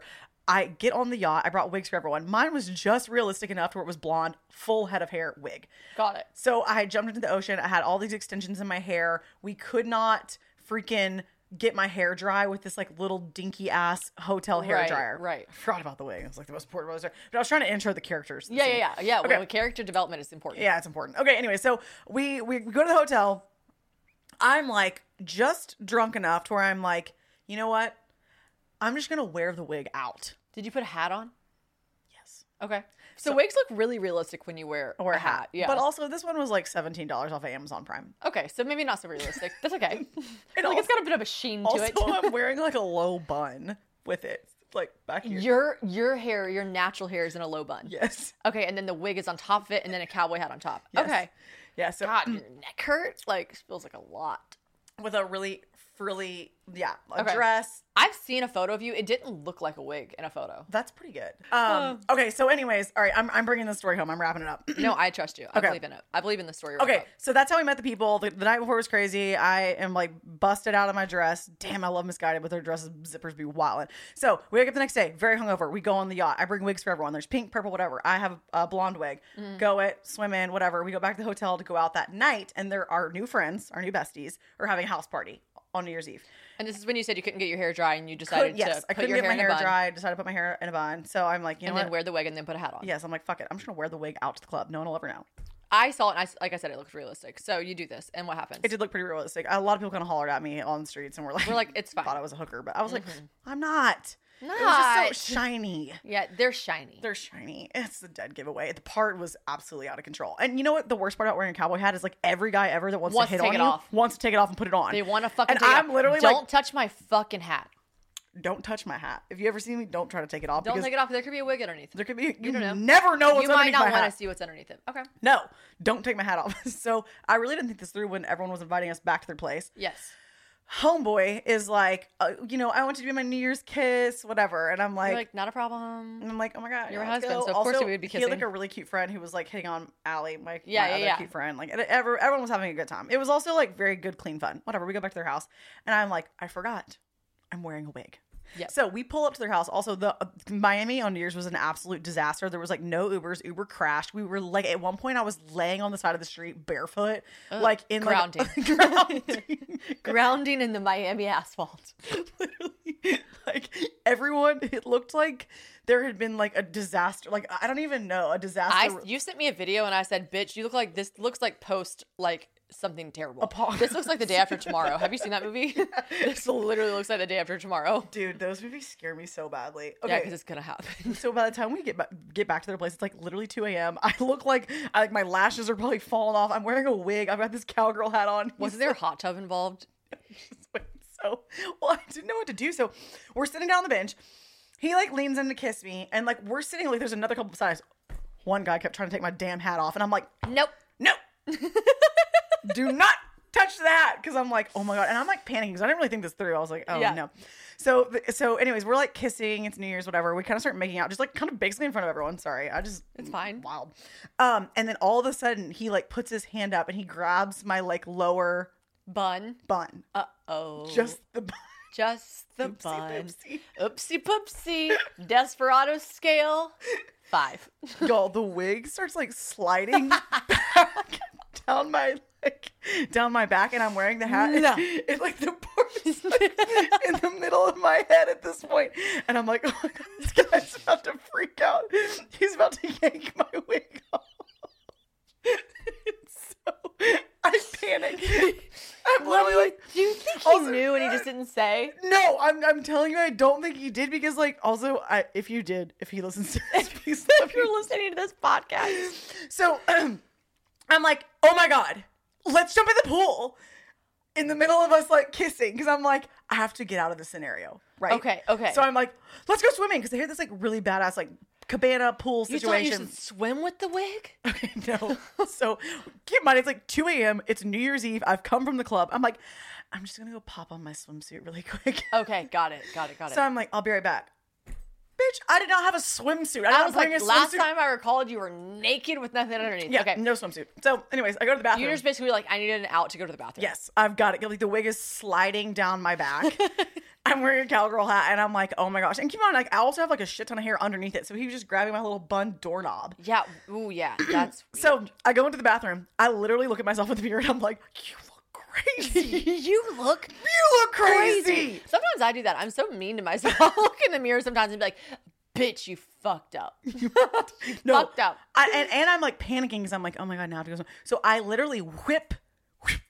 S2: I get on the yacht. I brought wigs for everyone. Mine was just realistic enough to where it was blonde, full head of hair wig.
S1: Got it.
S2: So I had jumped into the ocean. I had all these extensions in my hair. We could not freaking get my hair dry with this like little dinky ass hotel hair
S1: Right,
S2: dryer.
S1: right.
S2: I forgot about the wig. It was like the most important part. of the story. But I was trying to intro the characters.
S1: Yeah, yeah, yeah, yeah.
S2: Okay.
S1: Well, character development is important.
S2: Yeah, it's important. Okay, anyway, so we we go to the hotel. I'm like just drunk enough to where I'm like, you know what? I'm just gonna wear the wig out.
S1: Did you put a hat on?
S2: Yes.
S1: Okay. So, wigs look really realistic when you wear
S2: Or
S1: a hat. Uh-huh, Yeah.
S2: But also, this one was like $17 off of Amazon Prime.
S1: okay, so maybe not so realistic. That's okay. like
S2: also-
S1: it's got a bit of a sheen to
S2: Also,
S1: it.
S2: I'm wearing like a low bun with it. Like back here.
S1: your your hair, your natural hair is in a low bun.
S2: yes.
S1: Okay, and then the wig is on top of it, and then a cowboy hat on top.
S2: Yes.
S1: Okay.
S2: Yeah. So
S1: God, your neck hurt. Like feels like a lot.
S2: with a really frilly, yeah, a
S1: Okay.
S2: dress.
S1: I've seen a photo of you. It didn't look like a wig in a photo.
S2: That's pretty good. Um, okay. So, anyways, all right, I'm, I'm bringing this story home. I'm wrapping it up.
S1: No, I trust you. I
S2: Okay.
S1: believe in it. I believe in the story.
S2: Okay,
S1: wrap-up.
S2: so that's how we met the people. The, the night before was crazy. I am like busted out of my dress. Damn, I love Misguided, but their dresses zippers be wildin'. So we wake up the next day, very hungover. We go on the yacht. I bring wigs for everyone. There's pink, purple, whatever. I have a blonde wig.
S1: Mm-hmm.
S2: Go it, swim in, whatever. We go back to the hotel to go out that night, and there our new friends, our new besties, are having a house party on New Year's Eve.
S1: And this is when you said you couldn't get your hair dry, and you
S2: Could-
S1: decided
S2: yes,
S1: to
S2: I
S1: put
S2: couldn't
S1: your
S2: get
S1: hair
S2: my
S1: in a
S2: hair
S1: bun
S2: dry. Decided to put my hair in a bun. So I'm like, you know
S1: and
S2: what?
S1: then wear the wig, and then put a hat on.
S2: yes, I'm like, fuck it. I'm just gonna wear the wig out to the club. No one will ever know.
S1: I saw it. And I, s- like I said, it looked realistic. So you do this, and what happens?
S2: It did look pretty realistic. A lot of people kind of hollered at me on the streets and were like,
S1: We're like, it's fine. Mm-hmm.
S2: thought I was a hooker, but I was like, I'm not. It was
S1: Not.
S2: just so shiny.
S1: yeah, they're shiny.
S2: They're shiny. It's a dead giveaway. The part was absolutely out of control. And you know what? The worst part about wearing a cowboy hat is like every guy ever that wants,
S1: Wants
S2: to
S1: to
S2: hit
S1: take it
S2: on you
S1: off.
S2: wants to take it off and put it on.
S1: They want to fucking.
S2: And
S1: take it
S2: I'm
S1: off.
S2: literally
S1: don't
S2: like,
S1: touch my fucking hat.
S2: don't touch my hat. If you ever see me, don't try to take it off.
S1: Don't
S2: because
S1: take it off. There could be a wig underneath.
S2: There could be. You,
S1: don't know.
S2: never know what's
S1: you might
S2: underneath
S1: not
S2: my
S1: want
S2: hat.
S1: to see what's underneath it. Okay.
S2: No, don't take my hat off. so I really didn't think this through when everyone was inviting us back to their place.
S1: Yes.
S2: homeboy is like, uh, you know, I want you to be my New Year's kiss, whatever. And I'm like,
S1: You're like, not a problem.
S2: and I'm like, oh my god,
S1: Your
S2: yeah, let's
S1: husband,
S2: go."
S1: so of course
S2: Also,
S1: we would be
S2: He had
S1: kissing.
S2: like a really cute friend who was like hitting on Allie, my,
S1: Yeah,
S2: my
S1: yeah,
S2: other
S1: yeah.
S2: cute friend. Like, and ever, everyone was having a good time. It was also like very good, clean fun. Whatever. We go back to their house, and I'm like, I forgot, I'm wearing a wig.
S1: Yep.
S2: So we pull up to their house. Also, the uh, Miami on New Year's was an absolute disaster. There was like no Ubers. Uber crashed. We were like at one point, I was laying on the side of the street barefoot, like in
S1: grounding.
S2: Like, grounding.
S1: Grounding in the Miami asphalt.
S2: literally like everyone it looked like there had been like a disaster like i don't even know a
S1: I
S2: disaster
S1: you sent me a video and I said, "Bitch, you look like this. Looks like post like something terrible.
S2: Apocalypse.
S1: This looks like the day after tomorrow. Have you seen that movie? this literally looks like the day after tomorrow.
S2: dude those movies scare me so badly
S1: Yeah,
S2: okay
S1: because it's gonna happen.
S2: so by the time we get back get back to their place it's like literally 2 a.m i look like I, like my lashes are probably falling off i'm wearing a wig i've got this cowgirl hat on
S1: Wasn't there a hot tub involved?
S2: so well i didn't know what to do so we're sitting down on the bench he like leans in to kiss me and like we're sitting like there's another couple besides one guy kept trying to take my damn hat off and i'm like
S1: Nope.
S2: no, do not touch that. Cause I'm like, oh my God. And I'm like panicking because I didn't really think this through. I was like, oh
S1: Yeah.
S2: no. So, th- so anyways, we're like kissing. It's New Year's, whatever. We kind of start making out, just like kind of basically in front of everyone. Sorry. I just,
S1: It's fine.
S2: Wild. Um, and then all of a sudden he like puts his hand up and he grabs my like lower
S1: Bun.
S2: bun.
S1: Uh oh.
S2: Just the bun.
S1: just the
S2: Oopsie
S1: bun.
S2: poopsie.
S1: Oopsie poopsie. Desperado scale five.
S2: Y'all, the wig starts like sliding back down my like down my back, and I'm wearing the hat.
S1: No.
S2: It's like the part is like, in the middle of my head at this point, and I'm like, oh my god, this guy's about to freak out. He's about to yank my wig off. so I panic. I'm literally like,
S1: Do you think he
S2: Also-
S1: knew and he just didn't say?
S2: no, I'm, I'm telling you, I don't think he did because, like, also, I, if you did, if he listens to this, please
S1: If you're listening to this podcast,
S2: So I'm like, oh my God, let's jump in the pool in the middle of us like kissing. Cause I'm like, I have to get out of this scenario. Right.
S1: Okay, okay.
S2: So I'm like, let's go swimming. Cause I hear this like really badass like cabana pool
S1: you thought you
S2: situation.
S1: should swim with the wig?
S2: Okay, no. so keep in mind, it's like 2 a.m. It's New Year's Eve. I've come from the club. I'm like, I'm just gonna go pop on my swimsuit really quick.
S1: Okay, got it, got it, got it.
S2: So I'm like, I'll be right back. Bitch, I did not have a swimsuit. I, did
S1: I
S2: not
S1: was
S2: bring
S1: like,
S2: a
S1: last
S2: swimsuit.
S1: time I recalled, you were naked with nothing underneath.
S2: yeah,
S1: okay.
S2: no swimsuit. So, anyways, I go to the bathroom.
S1: You're just basically like, I needed an out to go to the bathroom.
S2: Yes, I've got it. Like the wig is sliding down my back. I'm wearing a cowgirl hat, and I'm like, oh my gosh. And keep on, like I also have like a shit ton of hair underneath it, so he was just grabbing my little bun doorknob.
S1: Yeah. Ooh, yeah. That's
S2: So I go into the bathroom. I literally look at myself in the mirror, and I'm like, you look crazy.
S1: you look
S2: you look crazy.
S1: crazy. Sometimes I do that. I'm so mean to myself. I'll look in the mirror sometimes and be like, bitch, you fucked up.
S2: No,
S1: Fucked up.
S2: I, and, and I'm like panicking because I'm like, oh my god, now I have to go. So I literally whip, whip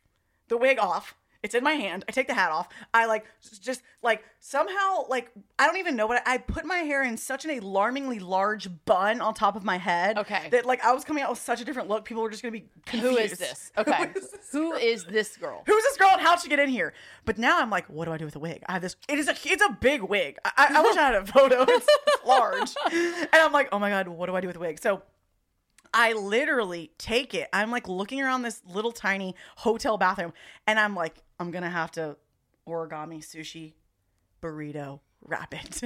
S2: the wig off. It's in my hand. I take the hat off. I like s- just like somehow like I don't even know what I, I put my hair in such an alarmingly large bun on top of my head.
S1: Okay.
S2: That like I was coming out with such a different look. People were just gonna be confused.
S1: Who is this? Okay.
S2: Who is this?
S1: Who is this girl?
S2: Who's this girl and how'd she get in here? But now I'm like, what do I do with a wig? I have this. It is a. It's a big wig. I, I, I wish I had a photo. It's, it's large, and I'm like, oh my god, what do I do with a wig? So I literally take it. I'm like looking around this little tiny hotel bathroom, and I'm like, I'm gonna have to origami sushi burrito wrap it.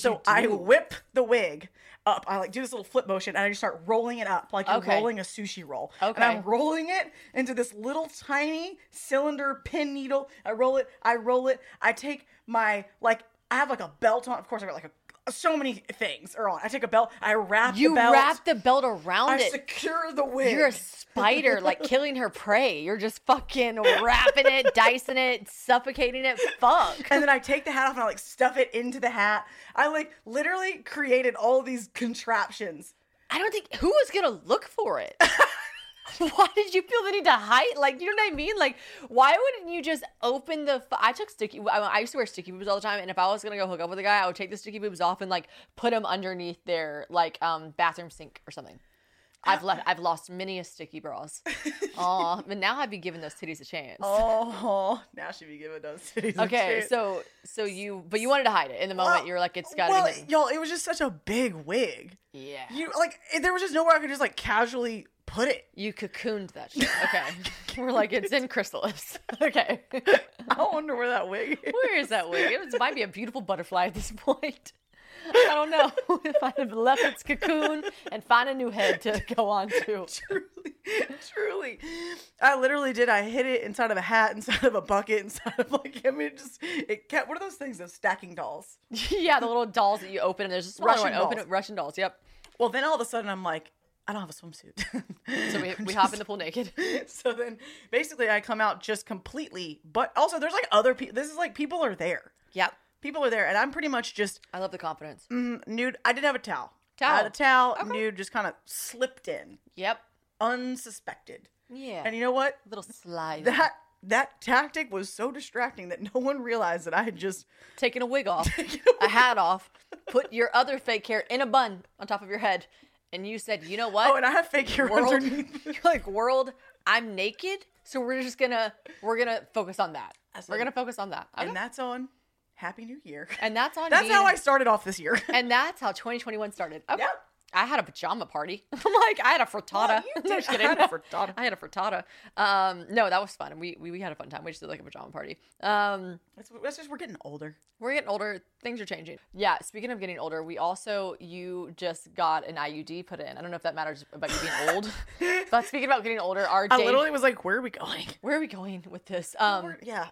S2: So, I whip the wig up. I like do this little flip motion, and I just start rolling it up like you're
S1: Okay.
S2: rolling a sushi roll. And
S1: Okay.
S2: I'm rolling it into this little tiny cylinder pin needle. I roll it. I roll it. I take my like I have like a belt on. Of course, I've got like a so many things are on. I take a belt. I wrap
S1: You
S2: the belt.
S1: wrap the belt around
S2: I
S1: it.
S2: secure the wig.
S1: You're a spider, like killing her prey. You're just fucking wrapping it, dicing it, suffocating it. Fuck.
S2: and then I take the hat off and I like stuff it into the hat. I like literally created all these contraptions.
S1: I don't think who was gonna look for it. why did you feel the need to hide? Like, you know what I mean? Like, why wouldn't you just open the? F- I took sticky. I, I used to wear sticky boobs all the time, and if I was gonna go hook up with a guy, I would take the sticky boobs off and like put them underneath their like um bathroom sink or something. I've left. I've lost many a sticky bras. Oh, but now I'd be giving those titties a chance.
S2: Oh, now she be giving those cities.
S1: okay, so so you, but you wanted to hide it in the moment. you were like, it's gotta
S2: Uh, well,
S1: be. hidden.
S2: y'all, it was just such a big wig.
S1: Yeah.
S2: You like, it, there was just nowhere I could just like casually put it.
S1: You cocooned that shit. Okay. We're like, it's in chrysalis. Okay.
S2: I wonder where that wig. Is.
S1: Where is that wig? It was- might be a beautiful butterfly at this point. I don't know if I'd have left its cocoon and find a new head to go on to.
S2: truly, truly. I literally did. I hid it inside of a hat, inside of a bucket, inside of like. I mean, it just it kept. What are those things? Those stacking dolls.
S1: yeah, the little dolls that you open and there's a smaller
S2: Russian
S1: one. Open
S2: dolls.
S1: it, Russian dolls. Yep.
S2: Well, then all of a sudden I'm like, I don't have a swimsuit.
S1: So we, we hop in the pool naked.
S2: so then basically I come out just completely. But also there's like other people. This is like people are there.
S1: Yep.
S2: People are there, and I'm pretty much just
S1: I love the confidence.
S2: nude. I did have a towel.
S1: Towel.
S2: I had a towel. Nude just kind of slipped in,
S1: Yep.
S2: unsuspected.
S1: Yeah.
S2: And you know what?
S1: little slide.
S2: That that tactic was so distracting that no one realized that I had just
S1: Taking a wig off, a hat off, put your other fake hair in a bun on top of your head. And you said, you know what?
S2: Oh, and I have fake hair
S1: world
S2: underneath.
S1: you're like world i'm naked so we're just gonna we're gonna focus on that we're
S2: like-
S1: gonna focus on that Okay.
S2: And that's on Happy New Year.
S1: and that's on
S2: That's
S1: me
S2: how I
S1: and,
S2: started off this year.
S1: and that's how 2021 started okay.
S2: Yep.
S1: i had a pajama party like i had a frittata
S2: Well, you
S1: No,
S2: did.
S1: just kidding.
S2: I had a frittata.
S1: I had a frittata. um no that was fun and we, we we had a fun time we just did like a pajama party um
S2: That's, that's just we're getting older.
S1: we're getting older things are changing yeah speaking of getting older we also you just got an iud put in i don't know if that matters about you being old but speaking about getting older our
S2: I
S1: date-
S2: literally was like, "Where are we going?"
S1: where are we going with this um
S2: yeah.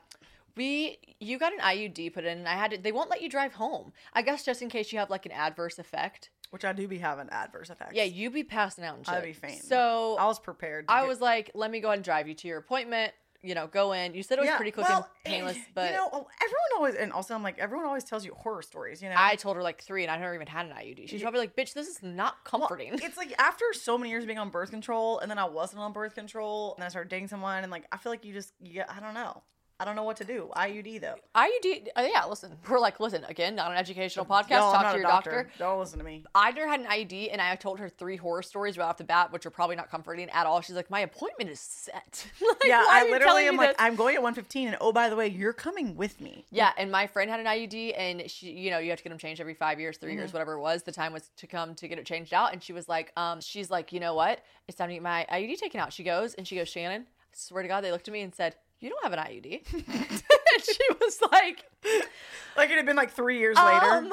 S1: We, you got an IUD put in, and I had to. They won't let you drive home. I guess just in case you have like an adverse effect.
S2: Which I do be having adverse effects.
S1: Yeah, you be passing out and shit.
S2: I'd be fainting.
S1: So
S2: I was prepared. to
S1: I
S2: get-
S1: was like, let me go ahead and drive you to your appointment. You know, go in. You said it was
S2: Yeah,
S1: pretty quick
S2: well,
S1: and painless,
S2: eh,
S1: but
S2: you know, everyone always and also I'm like, everyone always tells you horror stories. You know,
S1: I told her like three, and I never even had an IUD. She's probably like, bitch, this is not comforting.
S2: it's like after so many years of being on birth control, and then I wasn't on birth control, and I started dating someone, and like I feel like you just, you get, I don't know, I don't know what to do. IUD though.
S1: IUD. Uh, yeah, listen, we're like, listen again, not an educational podcast.
S2: Y'all,
S1: Talk
S2: I'm not
S1: to
S2: a
S1: your doctor.
S2: Don't listen to me.
S1: I never had an IUD, and I told her three horror stories right off the bat, which are probably not comforting at all. She's like, my appointment is set. Like, why
S2: yeah,
S1: are
S2: I
S1: you
S2: literally
S1: telling
S2: am
S1: me
S2: like,
S1: this?
S2: I'm going at 1:15, and oh by the way, you're coming with me.
S1: Yeah, and my friend had an IUD, and she, you know, you have to get them changed every five years, 3 years,
S2: Mm-hmm.
S1: whatever it was. The time was to come to get it changed out, and she was like, um, she's like, you know what? It's time to get my IUD taken out. She goes and she goes, Shannon, I swear to God, they looked at me and said, you don't have an IUD. and she was like,
S2: Like it had been like three years
S1: um,
S2: later.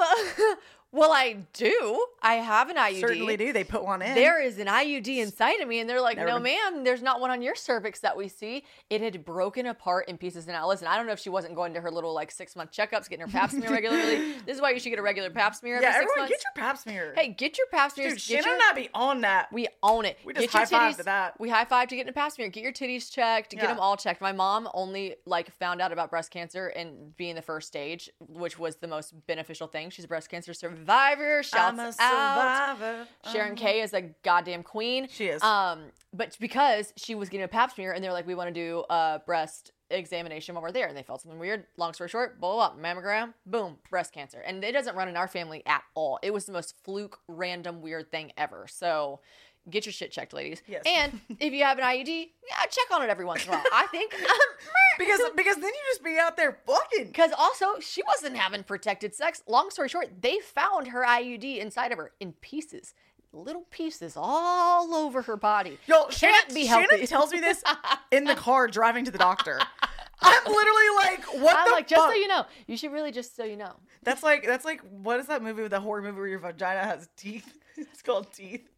S1: well, I do. I have an IUD.
S2: Certainly do. They put one in.
S1: There is an IUD inside of me, and they're like,
S2: Never
S1: "No,
S2: been-
S1: ma'am, there's not one on your cervix that we see. It had broken apart in pieces." And I listen, I don't know if she wasn't going to her little like six month checkups, getting her Pap smear regularly. This is why you should get a regular Pap smear every
S2: yeah,
S1: six
S2: everyone,
S1: months.
S2: get your pap smear.
S1: hey, get your Pap smears.
S2: dude,
S1: get
S2: Shannon
S1: your-
S2: and I be on that.
S1: we own it.
S2: We just
S1: get your
S2: high-fived
S1: titties.
S2: to that.
S1: We high five to get in a pap smear. Get your titties checked. Get
S2: Yeah.
S1: them all checked. My mom only like found out about breast cancer and being the first stage, which was the most beneficial thing. She's a breast cancer survivor, survivor. Shouts
S2: I'm a
S1: out.
S2: survivor.
S1: Sharon Kay is a goddamn queen.
S2: Oh. She is.
S1: Um, but because she was getting a pap smear, and they were like, "We want to do a breast examination while we're there," and they felt something weird. Long story short, blow up mammogram, boom, breast cancer, and it doesn't run in our family at all. It was the most fluke, random, weird thing ever. So. Get your shit checked, ladies.
S2: Yes.
S1: And if you have an IED, yeah, check on it every once in a while. I think um,
S2: Because because then you just be out there fucking.
S1: Because also, she wasn't having protected sex. Long story short, they found her IUD inside of her in pieces, little pieces all over her body.
S2: Yo, Shannon,
S1: can't be healthy.
S2: Shannon tells me this in the car driving to the doctor. I'm literally like, what
S1: I'm
S2: the
S1: like,
S2: fuck?
S1: just so you know, you should really just so you know.
S2: That's like that's like what is that movie with the horror movie where your vagina has teeth? It's called teeth.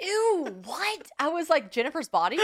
S1: Ew, what? I was like, Jennifer's body.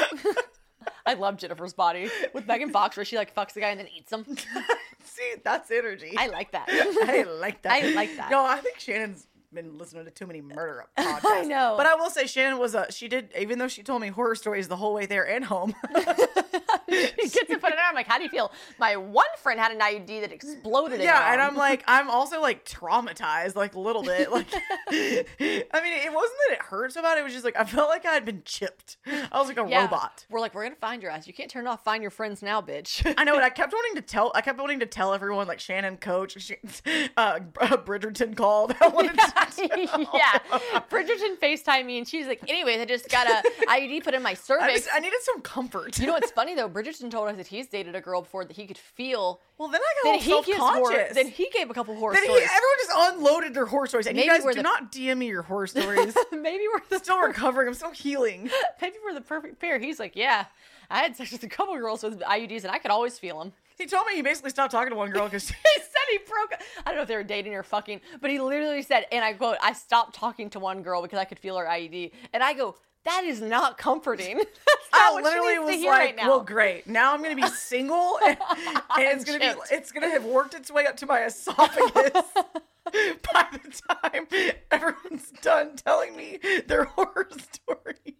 S1: I love Jennifer's body with Megan Fox, where she like fucks the guy and then eats him.
S2: See, that's energy.
S1: I like that.
S2: I like that.
S1: I like that.
S2: No, I think Shannon's been listening to too many murder podcasts.
S1: know.
S2: But I will say Shannon was a she did even though she told me horror stories the whole way there and home.
S1: she gets to put it out. I'm like, how do you feel? My one friend had an IUD that exploded. in her
S2: yeah, and
S1: arm.
S2: I'm like I'm also like traumatized like a little bit. Like I mean, it wasn't that it hurt so bad, it was just like I felt like I had been chipped. I was like a
S1: Yeah.
S2: robot.
S1: We're like, we're gonna find your ass. You can't turn off. Find your friends now, bitch.
S2: I know, and I kept wanting to tell. I kept wanting to tell everyone, like Shannon, Coach, Sh- uh, Bridgerton called. I wanted to
S1: yeah. Bridgerton FaceTimed me and she's like, anyways, I just got a IUD put in my
S2: I,
S1: cervix.
S2: just, I needed some comfort.
S1: you know what's funny though? Bridgerton told us that he's dated a girl before that he could feel.
S2: well, then I got
S1: Then
S2: all
S1: he gives horror.
S2: Oh, self-conscious.
S1: Then he gave a couple horror
S2: Then he-
S1: stories.
S2: everyone just unloaded their horror stories, and
S1: Maybe
S2: you guys
S1: we're
S2: do
S1: the-
S2: not DM me your horror stories.
S1: maybe we're the
S2: still recovering. I'm still healing.
S1: maybe we're the perfect pair. He's like, yeah, I had sex with a couple girls with IUDs and I could always feel them.
S2: He told me he basically stopped talking to one girl because
S1: He said he broke. I don't know if they were dating or fucking, but he literally said, and I quote, "I stopped talking to one girl because I could feel her IUD," and I go, "That is not comforting." That's not
S2: I
S1: what she
S2: literally
S1: needs to
S2: was
S1: hear
S2: like,
S1: right now.
S2: "Well, great. Now I'm gonna be single, and, and it's gonna be
S1: Chipped.
S2: it's gonna have worked its way up to my esophagus." By the time everyone's done telling me their horror story,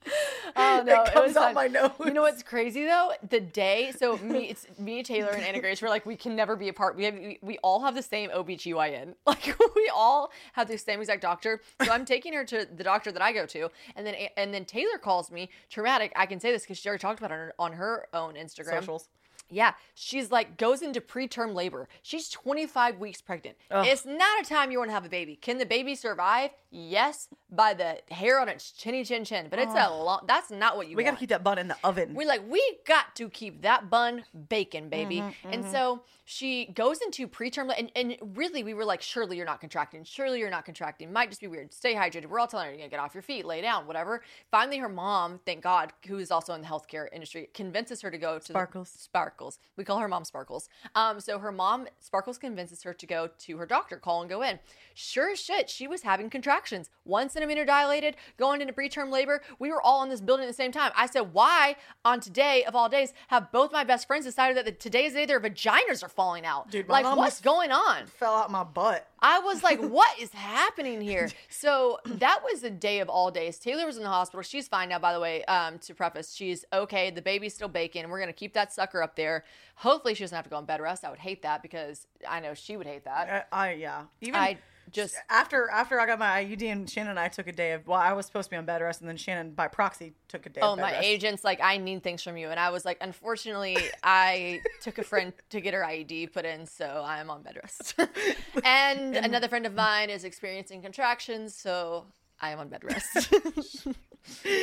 S1: Oh, no,
S2: it comes
S1: was fun.
S2: out my nose.
S1: You know what's crazy though? The day, so me, it's me, Taylor, and Anna Grace. We're like, we can never be apart. We have, we, we all have the same OBGYN. Like we all have the same exact doctor. So I'm taking her to the doctor that I go to, and then and then Taylor calls me. Traumatic. I can say this because she already talked about it on her- on her own Instagram.
S2: Socials.
S1: Yeah, she's like goes into preterm labor. She's 25 weeks pregnant. It's not a time you want to have a baby. Can the baby survive? Yes, by the hair on its chinny chin chin. But it's a long. That's not what you.
S2: We
S1: want.
S2: gotta keep that bun in the oven.
S1: We're like, we got to keep that bun baking, baby.
S2: Mm-hmm,
S1: And so she goes into preterm, la- and, and really, we were like, surely you're not contracting. Surely you're not contracting. Might just be weird. Stay hydrated. We're all telling her, you know, get off your feet, lay down, whatever. Finally, her mom, thank God, who is also in the healthcare industry, convinces her to go to the-
S2: Sparkles.
S1: Sparkles. We call her mom Sparkles. Um, so her mom, Sparkles, convinces her to go to her doctor, call and go in. Sure as shit, she was having contractions. One centimeter dilated, going into preterm labor. We were all in this building at the same time. I said, why on today of all days have both my best friends decided that the, today is the day their vaginas are falling out?
S2: Dude, my
S1: like,
S2: mom
S1: what's
S2: was-
S1: going on?
S2: Fell out my butt.
S1: I was like, what is happening here? So that was the day of all days. Taylor was in the hospital. She's fine now, by the way. Um, to preface, she's okay. The baby's still baking. We're going to keep that sucker up there. Hopefully, she doesn't have to go on bed rest. I would hate that because I know she would hate that.
S2: I, I yeah. Even
S1: I just-
S2: after after I got my IUD and Shannon and I took a day of well, I was supposed to be on bed rest, and then Shannon by proxy took a day.
S1: Oh,
S2: of bed
S1: my
S2: rest.
S1: agent's like, I need things from you. And I was like, unfortunately, I took a friend to get her IED put in, so I'm on bed rest. and another friend of mine is experiencing contractions, so I am on bed rest.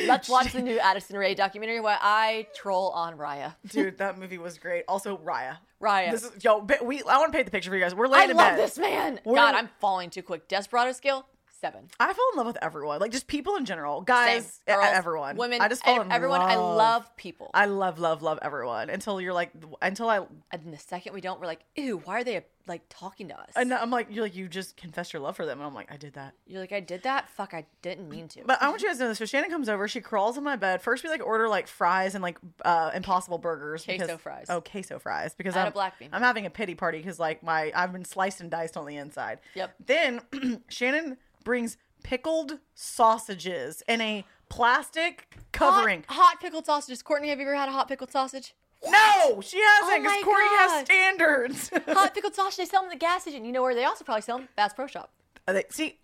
S1: Let's watch the new Addison Ray documentary where I troll on Raya.
S2: Dude, that movie was great. Also, Raya.
S1: Raya.
S2: This is yo. ba- We. I want to paint the picture for you guys. We're
S1: I
S2: laying in
S1: love
S2: bed.
S1: this man.
S2: We're-
S1: God, I'm falling too quick. Desperado scale, seven.
S2: I fell in love with everyone, like just people in general, guys, e-
S1: Girls,
S2: everyone,
S1: women.
S2: I just fall
S1: ev-
S2: in
S1: everyone.
S2: Love.
S1: I love people.
S2: I love, love, love everyone until you're like, until I,
S1: and then the second we don't, we're like, ew, why are they like talking to us?
S2: and I'm like, you're like, you just confessed your love for them, and I'm like, I did that.
S1: You're like, I did that. Fuck, I didn't mean to.
S2: But I want you guys to know this. So Shannon comes over, she crawls in my bed. First, we like order like fries and like uh, impossible burgers,
S1: Queso
S2: because-
S1: fries.
S2: Oh, queso fries because
S1: Add a
S2: I'm
S1: black bean.
S2: I'm having a pity party because like my I've been sliced and diced on the inside.
S1: Yep.
S2: Then Shannon brings pickled sausages in a plastic covering.
S1: Hot, hot pickled sausages. Courtney, have you ever had a hot pickled sausage?
S2: No, she hasn't
S1: Oh my
S2: because Corey has
S1: God.
S2: standards.
S1: Hot pickled sausage, they sell them at the gas station. You know where they also probably sell them? Bass Pro Shop.
S2: I think- See,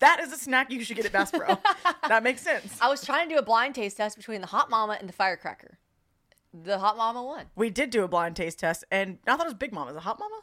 S2: that is a snack you should get at Bass Pro. that makes sense.
S1: I was trying to do a blind taste test between the hot mama and the firecracker. The hot mama won.
S2: We did do a blind taste test, and I thought it was Big Mama. Is it Hot Mama?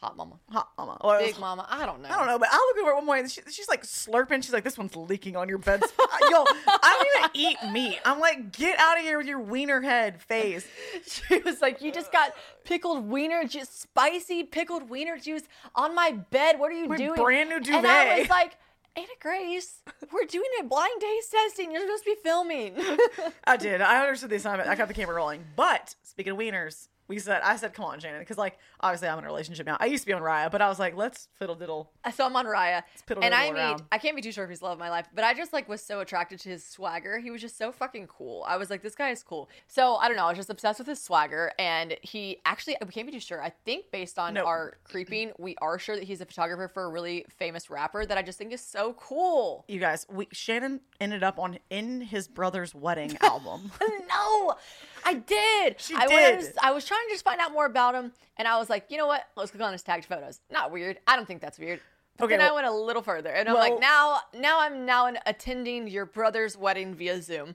S1: Hot mama.
S2: Hot Mama. Or it was-
S1: Big mama. I don't know.
S2: I don't know, but I look over at one point and she, she's like slurping. She's like, "This one's leaking on your bed." spot." Yo, I don't even eat meat. I'm like, "Get out of here with your wiener head face."
S1: She was like, You just got pickled wiener juice, spicy pickled wiener juice on my bed. What are you
S2: My
S1: doing?
S2: brand new
S1: And I
S2: duvet.
S1: was like, Anna Grace, we're doing a blind taste testing. You're supposed to be filming.
S2: I did. I understood the assignment. I got the camera rolling. But speaking of wieners, we said, I said, "Come on, Shannon," because like obviously I'm in a relationship now. I used to be on Raya, but I was like, "Let's fiddle diddle."
S1: so I'm on Raya.
S2: piddle
S1: And I
S2: diddle
S1: mean,
S2: around.
S1: I can't be too sure if he's love of my life, but I just like was so attracted to his swagger. He was just so fucking cool. I was like, this guy is cool. So I don't know. I was just obsessed with his swagger. And he actually, we can't be too sure. I think based on
S2: No.
S1: our creeping, we are sure that he's a photographer for a really famous rapper that I just think is so cool.
S2: You guys, we Shannon ended up on in his brother's wedding album.
S1: no, I did.
S2: She
S1: I wanted
S2: did.
S1: to- I was trying to just find out more about him, and I was like, you know what? Let's click on his tagged photos. Not weird. I don't think that's weird. But
S2: Okay,
S1: then I
S2: well-
S1: went a little further, and I'm
S2: Well-
S1: like, now, now I'm now an attending your brother's wedding via Zoom.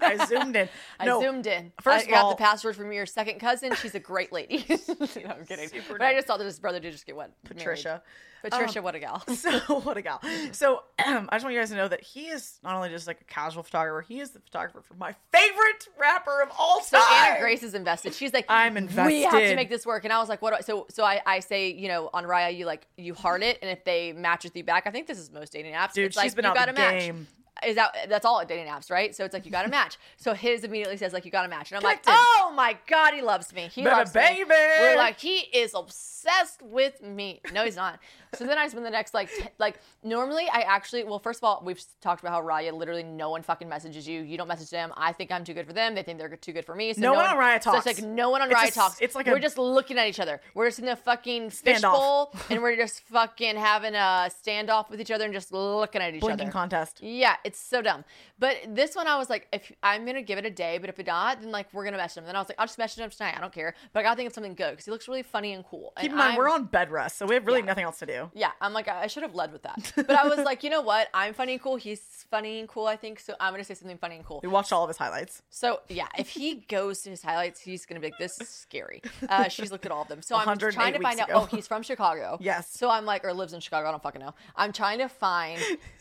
S2: I zoomed in.
S1: I
S2: No,
S1: zoomed in.
S2: first
S1: I
S2: of
S1: got
S2: all-
S1: the password from your second cousin. She's a great lady. no, I'm kidding. But I just thought that his brother did just get what
S2: Patricia. Um,
S1: married. Patricia, what a gal.
S2: So what a gal. So I just want you guys to know that he is not only just like a casual photographer, he is the photographer for my favorite rapper of all
S1: So
S2: time.
S1: Anna Grace is invested. She's like,
S2: I'm
S1: We have to
S2: invested.
S1: make this work. And I was like, what? Do I, so, so I, I say, you know, on Raya, you like you heart it, and if they match with you back, I think this is most dating apps.
S2: Dude,
S1: it's like,
S2: she's been
S1: you
S2: out
S1: got
S2: the
S1: a match.
S2: game.
S1: Is that that's all at dating apps, right? So it's like you got a match. So his immediately says like you got a match, and I'm like,
S2: Connected.
S1: oh my god, he loves me. He
S2: Baby,
S1: loves me.
S2: baby.
S1: We're like he is obsessed with me. No, he's not. so then I spend the next like t- like normally I actually well first of all we've talked about how Raya literally no one fucking messages you. You don't message them. I think I'm too good for them. They think they're too good for me. So
S2: No one on Raya
S1: so it's
S2: talks.
S1: like no one on
S2: It's
S1: Riot
S2: just-
S1: talks.
S2: it's like a-
S1: we're just looking at each other. We're just in a fucking
S2: Standoff.
S1: fishbowl and we're just fucking having a standoff with each other and just looking at each
S2: Blinking
S1: other.
S2: contest.
S1: Yeah, it's so dumb. But this one, I was like, if I'm gonna give it a day, but if not, then like we're gonna message him. Then I was like, I'll just message him tonight. I don't care. But I gotta think of something good because he looks really funny and cool. and
S2: Keep in mind,
S1: I'm-
S2: we're on bed rest, so we have really
S1: Yeah.
S2: nothing else to do.
S1: Yeah, I'm like I I should have led with that, but I was like, you know what? I'm funny and cool. He's funny and cool. I think so. I'm gonna say something funny and cool.
S2: We watched all of his highlights.
S1: So yeah, if he goes to his highlights, he's gonna be like, "This is scary." Uh, she's looked at all of them. So I'm
S2: 108
S1: trying to find
S2: weeks
S1: out.
S2: ago.
S1: Oh, he's from Chicago.
S2: Yes.
S1: So I'm like, or lives in Chicago. I don't fucking know. I'm trying to find.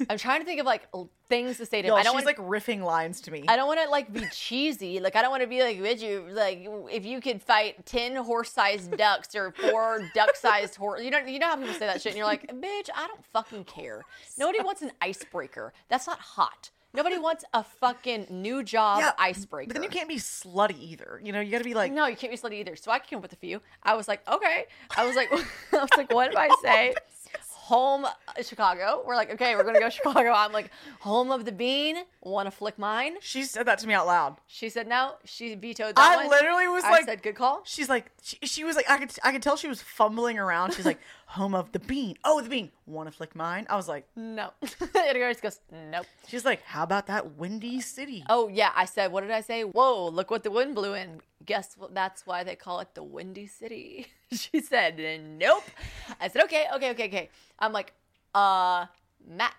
S1: I'm trying to think of like l- things to say to him.
S2: Yo,
S1: I don't
S2: she's
S1: want.
S2: like riffing lines to me.
S1: I don't want to like be cheesy. Like I don't want to be like, would you like if you could fight ten horse-sized ducks or four duck-sized horse? You don't. You know how people say that shit, and you're like, bitch, I don't fucking care. Nobody wants an icebreaker. That's not hot. Nobody wants a fucking new job
S2: Yeah,
S1: icebreaker.
S2: But then you can't be slutty either. You know, you got to be like,
S1: No, you can't be slutty either. So I came up with a few. I was like, okay. I was like, I was like, what do I say? Home uh, Chicago. We're like, okay, we're gonna go Chicago. I'm like, home of the bean. Want to flick mine?
S2: she said that to me out loud.
S1: She said no. She vetoed that
S2: I
S1: one.
S2: literally was
S1: I
S2: like,
S1: said good call.
S2: She's like, she, she was like, I could, I could tell she was fumbling around. She's like, home of the bean. Oh, the bean. Want to flick mine? I was like,
S1: No. and Grace goes, nope.
S2: she's like, how about that windy city?
S1: Oh yeah, I said. What did I say? Whoa! Look what the wind blew in. Guess what? That's why they call it the Windy City. she said, "Nope." I said, "Okay, okay, okay, okay." I'm like, "Uh, Matt,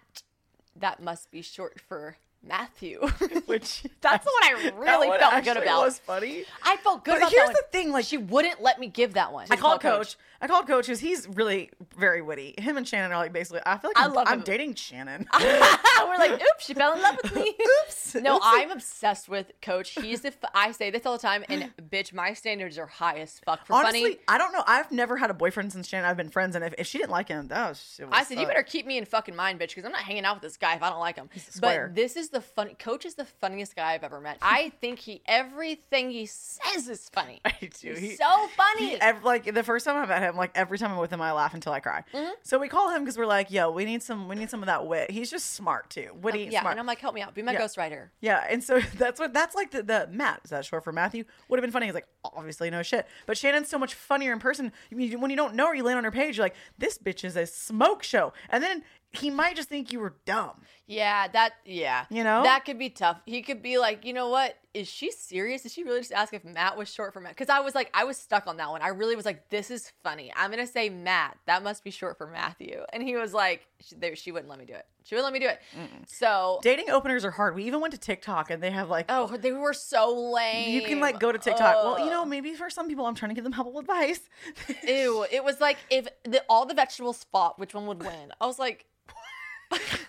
S1: that must be short for Matthew."
S2: Which
S1: that's the one I
S2: That
S1: really
S2: one
S1: felt good
S2: actually
S1: about.
S2: Was funny.
S1: I felt good
S2: But
S1: about
S2: here's
S1: that one.
S2: the thing, like-
S1: she wouldn't let me give that one.
S2: I called coach. I called coach because he's really very witty. Him and Shannon are like basically. I feel like
S1: I
S2: I'm,
S1: love
S2: I'm
S1: him.
S2: dating Shannon.
S1: We're like, oops, she fell in love with me.
S2: Oops.
S1: No,
S2: Oops.
S1: I'm obsessed with Coach. He's the. F- I say this all the time, and bitch, my standards are high as fuck for
S2: Honestly,
S1: funny.
S2: I don't know. I've never had a boyfriend since Shannon. I've been friends, and if, if she didn't like him, that was. It was
S1: I said, you better keep me in fucking mind, bitch, because I'm not hanging out with this guy if I don't like him.
S2: square.
S1: But this is the fun. Coach is the funniest guy I've ever met. I think he everything he says is funny.
S2: do.
S1: He's so funny.
S2: He, ev- like the first time I met him, like every time I'm with him, I laugh until I cry.
S1: Mm-hmm.
S2: So we call him because we're like, yo, we need some, we need some of that wit. He's just smart too, witty,
S1: yeah,
S2: smart.
S1: and I'm like, help me out. Be my
S2: Yeah.
S1: ghostwriter.
S2: yeah, and so that's what that's like the, the Matt is that short for Matthew would have been funny. He's like, obviously no shit, but Shannon's so much funnier in person. I mean, when you don't know her, you land on her page, you're like, this bitch is a smoke show, and then he might just think you were dumb.
S1: Yeah, that yeah.
S2: You know?
S1: That could be tough. He could be like, you know what? is she serious? Did she really just ask if Matt was short for Matt? Because I was like, I was stuck on that one. I really was like, this is funny. I'm gonna say Matt. That must be short for Matthew. And he was like, she, there, she wouldn't let me do it. She wouldn't let me do it. So,
S2: Dating openers are hard. We even went to TikTok and they have like
S1: oh, they were so lame.
S2: you can like go to TikTok. Well, you know, maybe for some people I'm trying to give them helpful advice.
S1: Ew, it was like if the, all the vegetables fought, which one would win? I was like,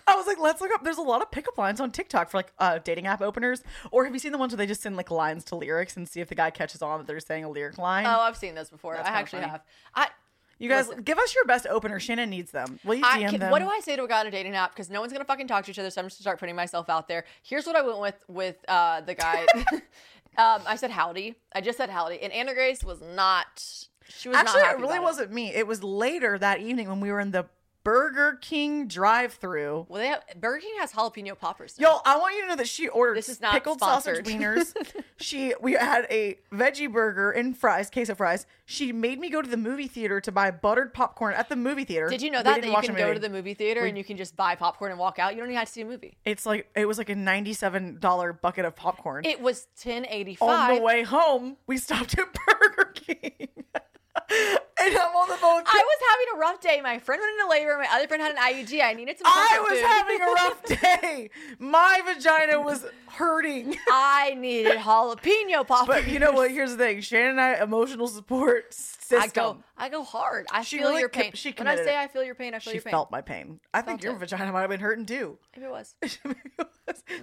S2: I was like, let's look up. There's a lot of pickup lines on TikTok for like uh, dating app openers. Or have you seen the ones where they just send like lines to lyrics and see if the guy catches on that they're saying a lyric line?
S1: oh, I've seen those before. I
S2: kinda
S1: actually
S2: funny.
S1: have. I
S2: you guys,
S1: listen.
S2: give us your best opener. Shannon needs them. Will you DM
S1: I can,
S2: them?
S1: what do I say to a guy on a dating app? Because no one's gonna fucking talk to each other, so I'm just gonna start putting myself out there. Here's what I went with with uh, the guy. um, I said howdy. I just said howdy, and Anna Grace was not. She was not
S2: Actually,
S1: happy
S2: it really
S1: about
S2: wasn't me. It was later that evening when we were in the Burger King drive-through.
S1: Well, they have, Burger King has jalapeno poppers. now.
S2: Yo, I want you to know that she ordered
S1: This is not
S2: pickled
S1: sponsored.
S2: sausage wieners. she we had a veggie burger and fries, queso fries. She made me go to the movie theater to buy buttered popcorn at the movie theater.
S1: Did you
S2: We
S1: know that
S2: didn't
S1: that you
S2: watch
S1: can
S2: a
S1: go to the movie theater and you can just buy popcorn and walk out? You don't even have to see a movie.
S2: It's like it was like a ninety-seven dollar bucket of popcorn.
S1: It was ten eighty
S2: On the
S1: five.
S2: way home, we stopped at Burger King, and I'm on the phone.
S1: I was having a rough day. My friend went into labor. My other friend had an IUD. I needed some.
S2: I
S1: comfort
S2: was
S1: food.
S2: having a rough day. My vagina was hurting.
S1: I needed jalapeno poppers.
S2: But you know what? Here's the thing: Shannon and I emotional support system.
S1: I go, I go hard. I
S2: She
S1: feel
S2: really
S1: your
S2: com-
S1: pain.
S2: she
S1: when I
S2: committed
S1: say
S2: it.
S1: I feel your pain, I feel
S2: she
S1: your pain.
S2: felt my pain. I think your
S1: it.
S2: vagina might have been hurting too.
S1: Maybe it was.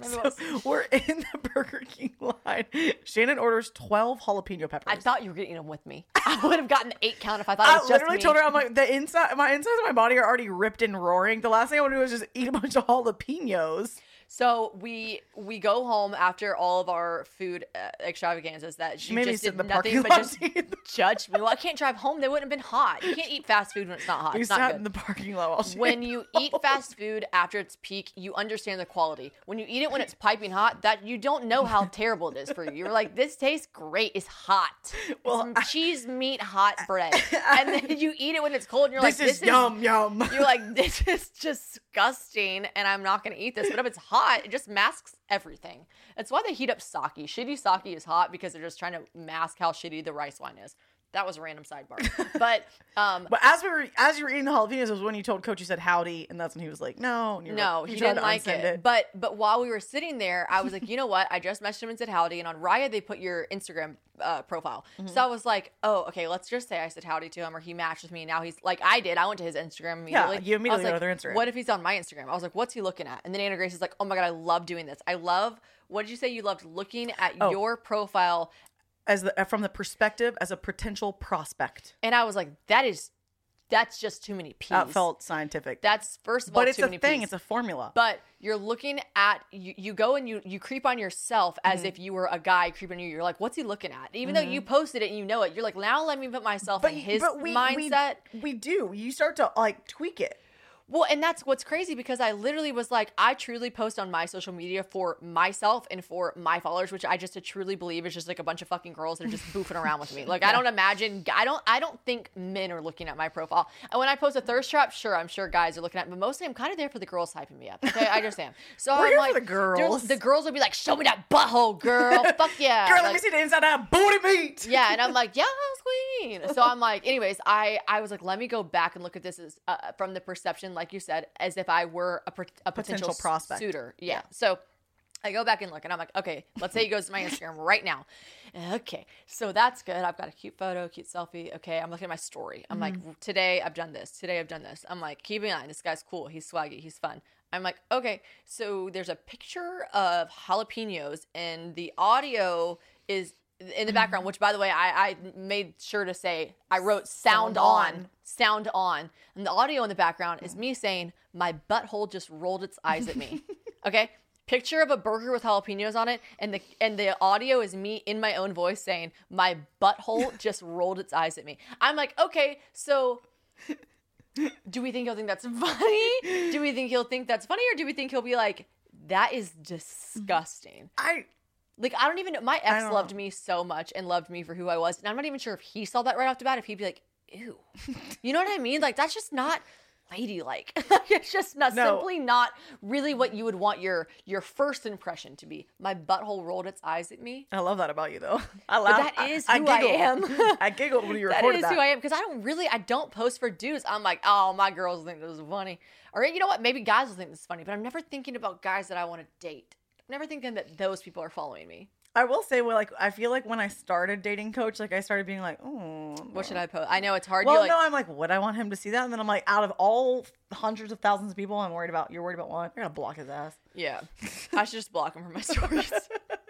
S2: so
S1: was.
S2: we're in the Burger King line. Shannon orders twelve jalapeno peppers.
S1: I thought you were getting them with me. I would have gotten eight count if I thought it
S2: I
S1: was just
S2: literally
S1: me.
S2: told her I'm like the inside, my insides of my body are already ripped and roaring. The last thing I want to do is just eat a bunch of jalapenos.
S1: So we we go home after all of our food uh, extravaganzas that
S2: She
S1: you
S2: made me
S1: just
S2: sit in
S1: did
S2: the
S1: nothing
S2: parking
S1: but
S2: lot.
S1: just
S2: to eat the-
S1: judge me. Well, I can't drive home. They wouldn't have been hot. You can't eat fast food when it's not hot.
S2: we
S1: It's not
S2: sat
S1: good.
S2: in the parking lot while she
S1: when
S2: ate
S1: you
S2: all
S1: eat fast food after its peak, you understand the quality. When you eat it when it's piping hot, that you don't know how terrible it is for you. You're like, this tastes great. It's hot. It's
S2: Well,
S1: m- cheese, meat, hot bread, and then you eat it when it's cold, and you're
S2: This,
S1: like,
S2: is, yum yum.
S1: You're like, this is disgusting, and I'm not gonna eat this. But if it's hot, it just masks everything. That's why they heat up sake. Shitty sake is hot because they're just trying to mask how shitty the rice wine is. That was a random sidebar, but um,
S2: But as we were as you were eating the jalapenos was when you told Coach you said howdy, and that's when he was like, no. and you were-
S1: No,
S2: you
S1: he
S2: tried
S1: didn't
S2: to
S1: like
S2: unsend
S1: it. But but while we were sitting there, I was like, you know what? I just messaged him and said howdy, and on Raya they put your Instagram uh, profile.
S2: Mm-hmm.
S1: So I was like, oh, okay, let's just say I said howdy to him, or he matched with me. And now he's like, I did. I went to his Instagram
S2: Yeah,
S1: immediately.
S2: you immediately
S1: I
S2: go
S1: was
S2: to their
S1: like,
S2: Instagram.
S1: What if he's on my Instagram? I was like, what's he looking at? And then Anna Grace is like, oh my god, I love doing this. I love. What did you say? You loved looking at
S2: Oh.
S1: your profile,
S2: as the, from the perspective as a potential prospect.
S1: and I was like, that is, that's just too many p's.
S2: That felt scientific.
S1: That's first of all,
S2: but it's
S1: too
S2: a
S1: many
S2: thing.
S1: P's.
S2: It's a formula.
S1: but you're looking at you, you go and you you creep on yourself as
S2: Mm-hmm.
S1: if you were a guy creeping on you you're like what's he looking at even though you posted it and you know it you're like now let me put myself in
S2: y-
S1: his
S2: we,
S1: mindset
S2: We, we do. You start to like tweak it.
S1: well and that's what's crazy because i literally was like i truly post on my social media for myself and for my followers which i just truly believe is just like a bunch of fucking girls that are just boofing around with me like i don't imagine i don't i don't think men are looking at my profile and when i post a thirst trap sure i'm sure guys are looking at it, but mostly i'm kind of there for the girls hyping me up okay i just am so
S2: We're
S1: i'm
S2: here for
S1: like
S2: the girls.
S1: the girls would be like show me that butthole girl fuck yeah
S2: Girl,
S1: Like,
S2: let me see the inside out booty meat.
S1: yeah, and I'm like, yes, queen. So I'm like, anyways, I I was like, let me go back and look at this as, uh, from the perception, like you said, as if I were a, pot- a potential,
S2: Potential prospect.
S1: suitor. Yeah. So I go back and look, and I'm like, okay, let's say he goes to my Instagram right now. Okay, so that's good. I've got a cute photo, cute selfie. Okay, I'm looking at my story. I'm like, today I've done this. Today I've done this. I'm like, keep an eye. This guy's cool. He's swaggy. He's fun. I'm like, okay, so there's a picture of jalapenos, and the audio is in the background. Which, by the way, I, I made sure to say I wrote sound,
S2: Sound
S1: on.
S2: on.
S1: sound on, and the audio in the background is me saying, "My butthole just rolled its eyes at me." okay, picture of a burger with jalapenos on it, and the and the audio is me in my own voice saying, "My butthole just rolled its eyes at me." I'm like, okay, so do we think he'll think that's funny? Do we think he'll think that's funny, or do we think he'll be like, that is disgusting?
S2: I
S1: Like, I don't even know. My ex
S2: don't
S1: loved
S2: know.
S1: me so much and loved me for who I was. And I'm not even sure if he saw that right off the bat, if he'd be like, ew. you know what I mean? Like, that's just not. ladylike. it's just not
S2: No.
S1: simply not really what you would want your your first impression to be. My butthole rolled its eyes at me.
S2: I love that about you, though. I laugh.
S1: that is who I
S2: giggled.
S1: am.
S2: I giggled when you
S1: That
S2: recorded
S1: is
S2: that.
S1: who I am because I don't really I don't post for dudes. I'm like, oh, my girls think this is funny, or you know what? Maybe guys will think this is funny, but I'm never thinking about guys that I want to date. I'm never thinking that those people are following me.
S2: I will say, well, like I feel like when I started dating Coach, like I started being like, oh,
S1: What should I post? I know it's hard.
S2: Well,
S1: You're like,
S2: no, I'm like, would I want him to see that? And then I'm like, out of all hundreds of thousands of people, I'm worried about. You're worried about one. You're gonna block his ass.
S1: yeah, I should just block him from my stories.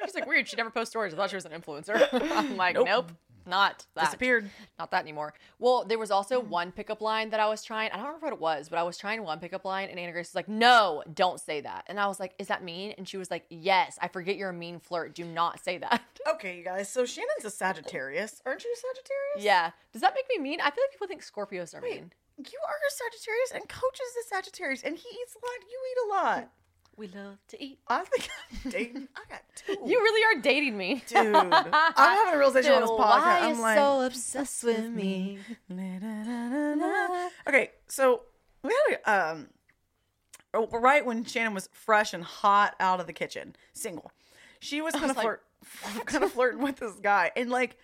S1: She's like, weird. She never posts stories. I thought she was an influencer. I'm like, nope, not that.
S2: Disappeared. Mm.
S1: Not that anymore. Well, there was also one pickup line that I was trying. I don't remember what it was, but I was trying one pickup line, and Anna Grace was like, "No, don't say that." And I was like, "Is that mean?" And she was like, "Yes, I forget you're a mean flirt. Do not say that."
S2: Okay, you guys. So Shannon's a Sagittarius. Aren't you a Sagittarius?
S1: yeah. Does that make me mean? I feel like people think Scorpios are mean.
S2: You are a Sagittarius, and Coach is a Sagittarius, and he eats a lot. You eat a lot.
S1: We love to eat.
S2: I think I'm dating. I got two.
S1: You really are dating me.
S2: Dude, I'm having a realization on this
S1: Dude,
S2: podcast.
S1: Why
S2: I'm
S1: you
S2: like,
S1: so obsessed with me?
S2: Na-na-na-na-na. Okay, so we had a, um, oh, right when Shannon was fresh and hot out of the kitchen, single, she was kind of
S1: like,
S2: flirt, kind of flirting with this guy, and like,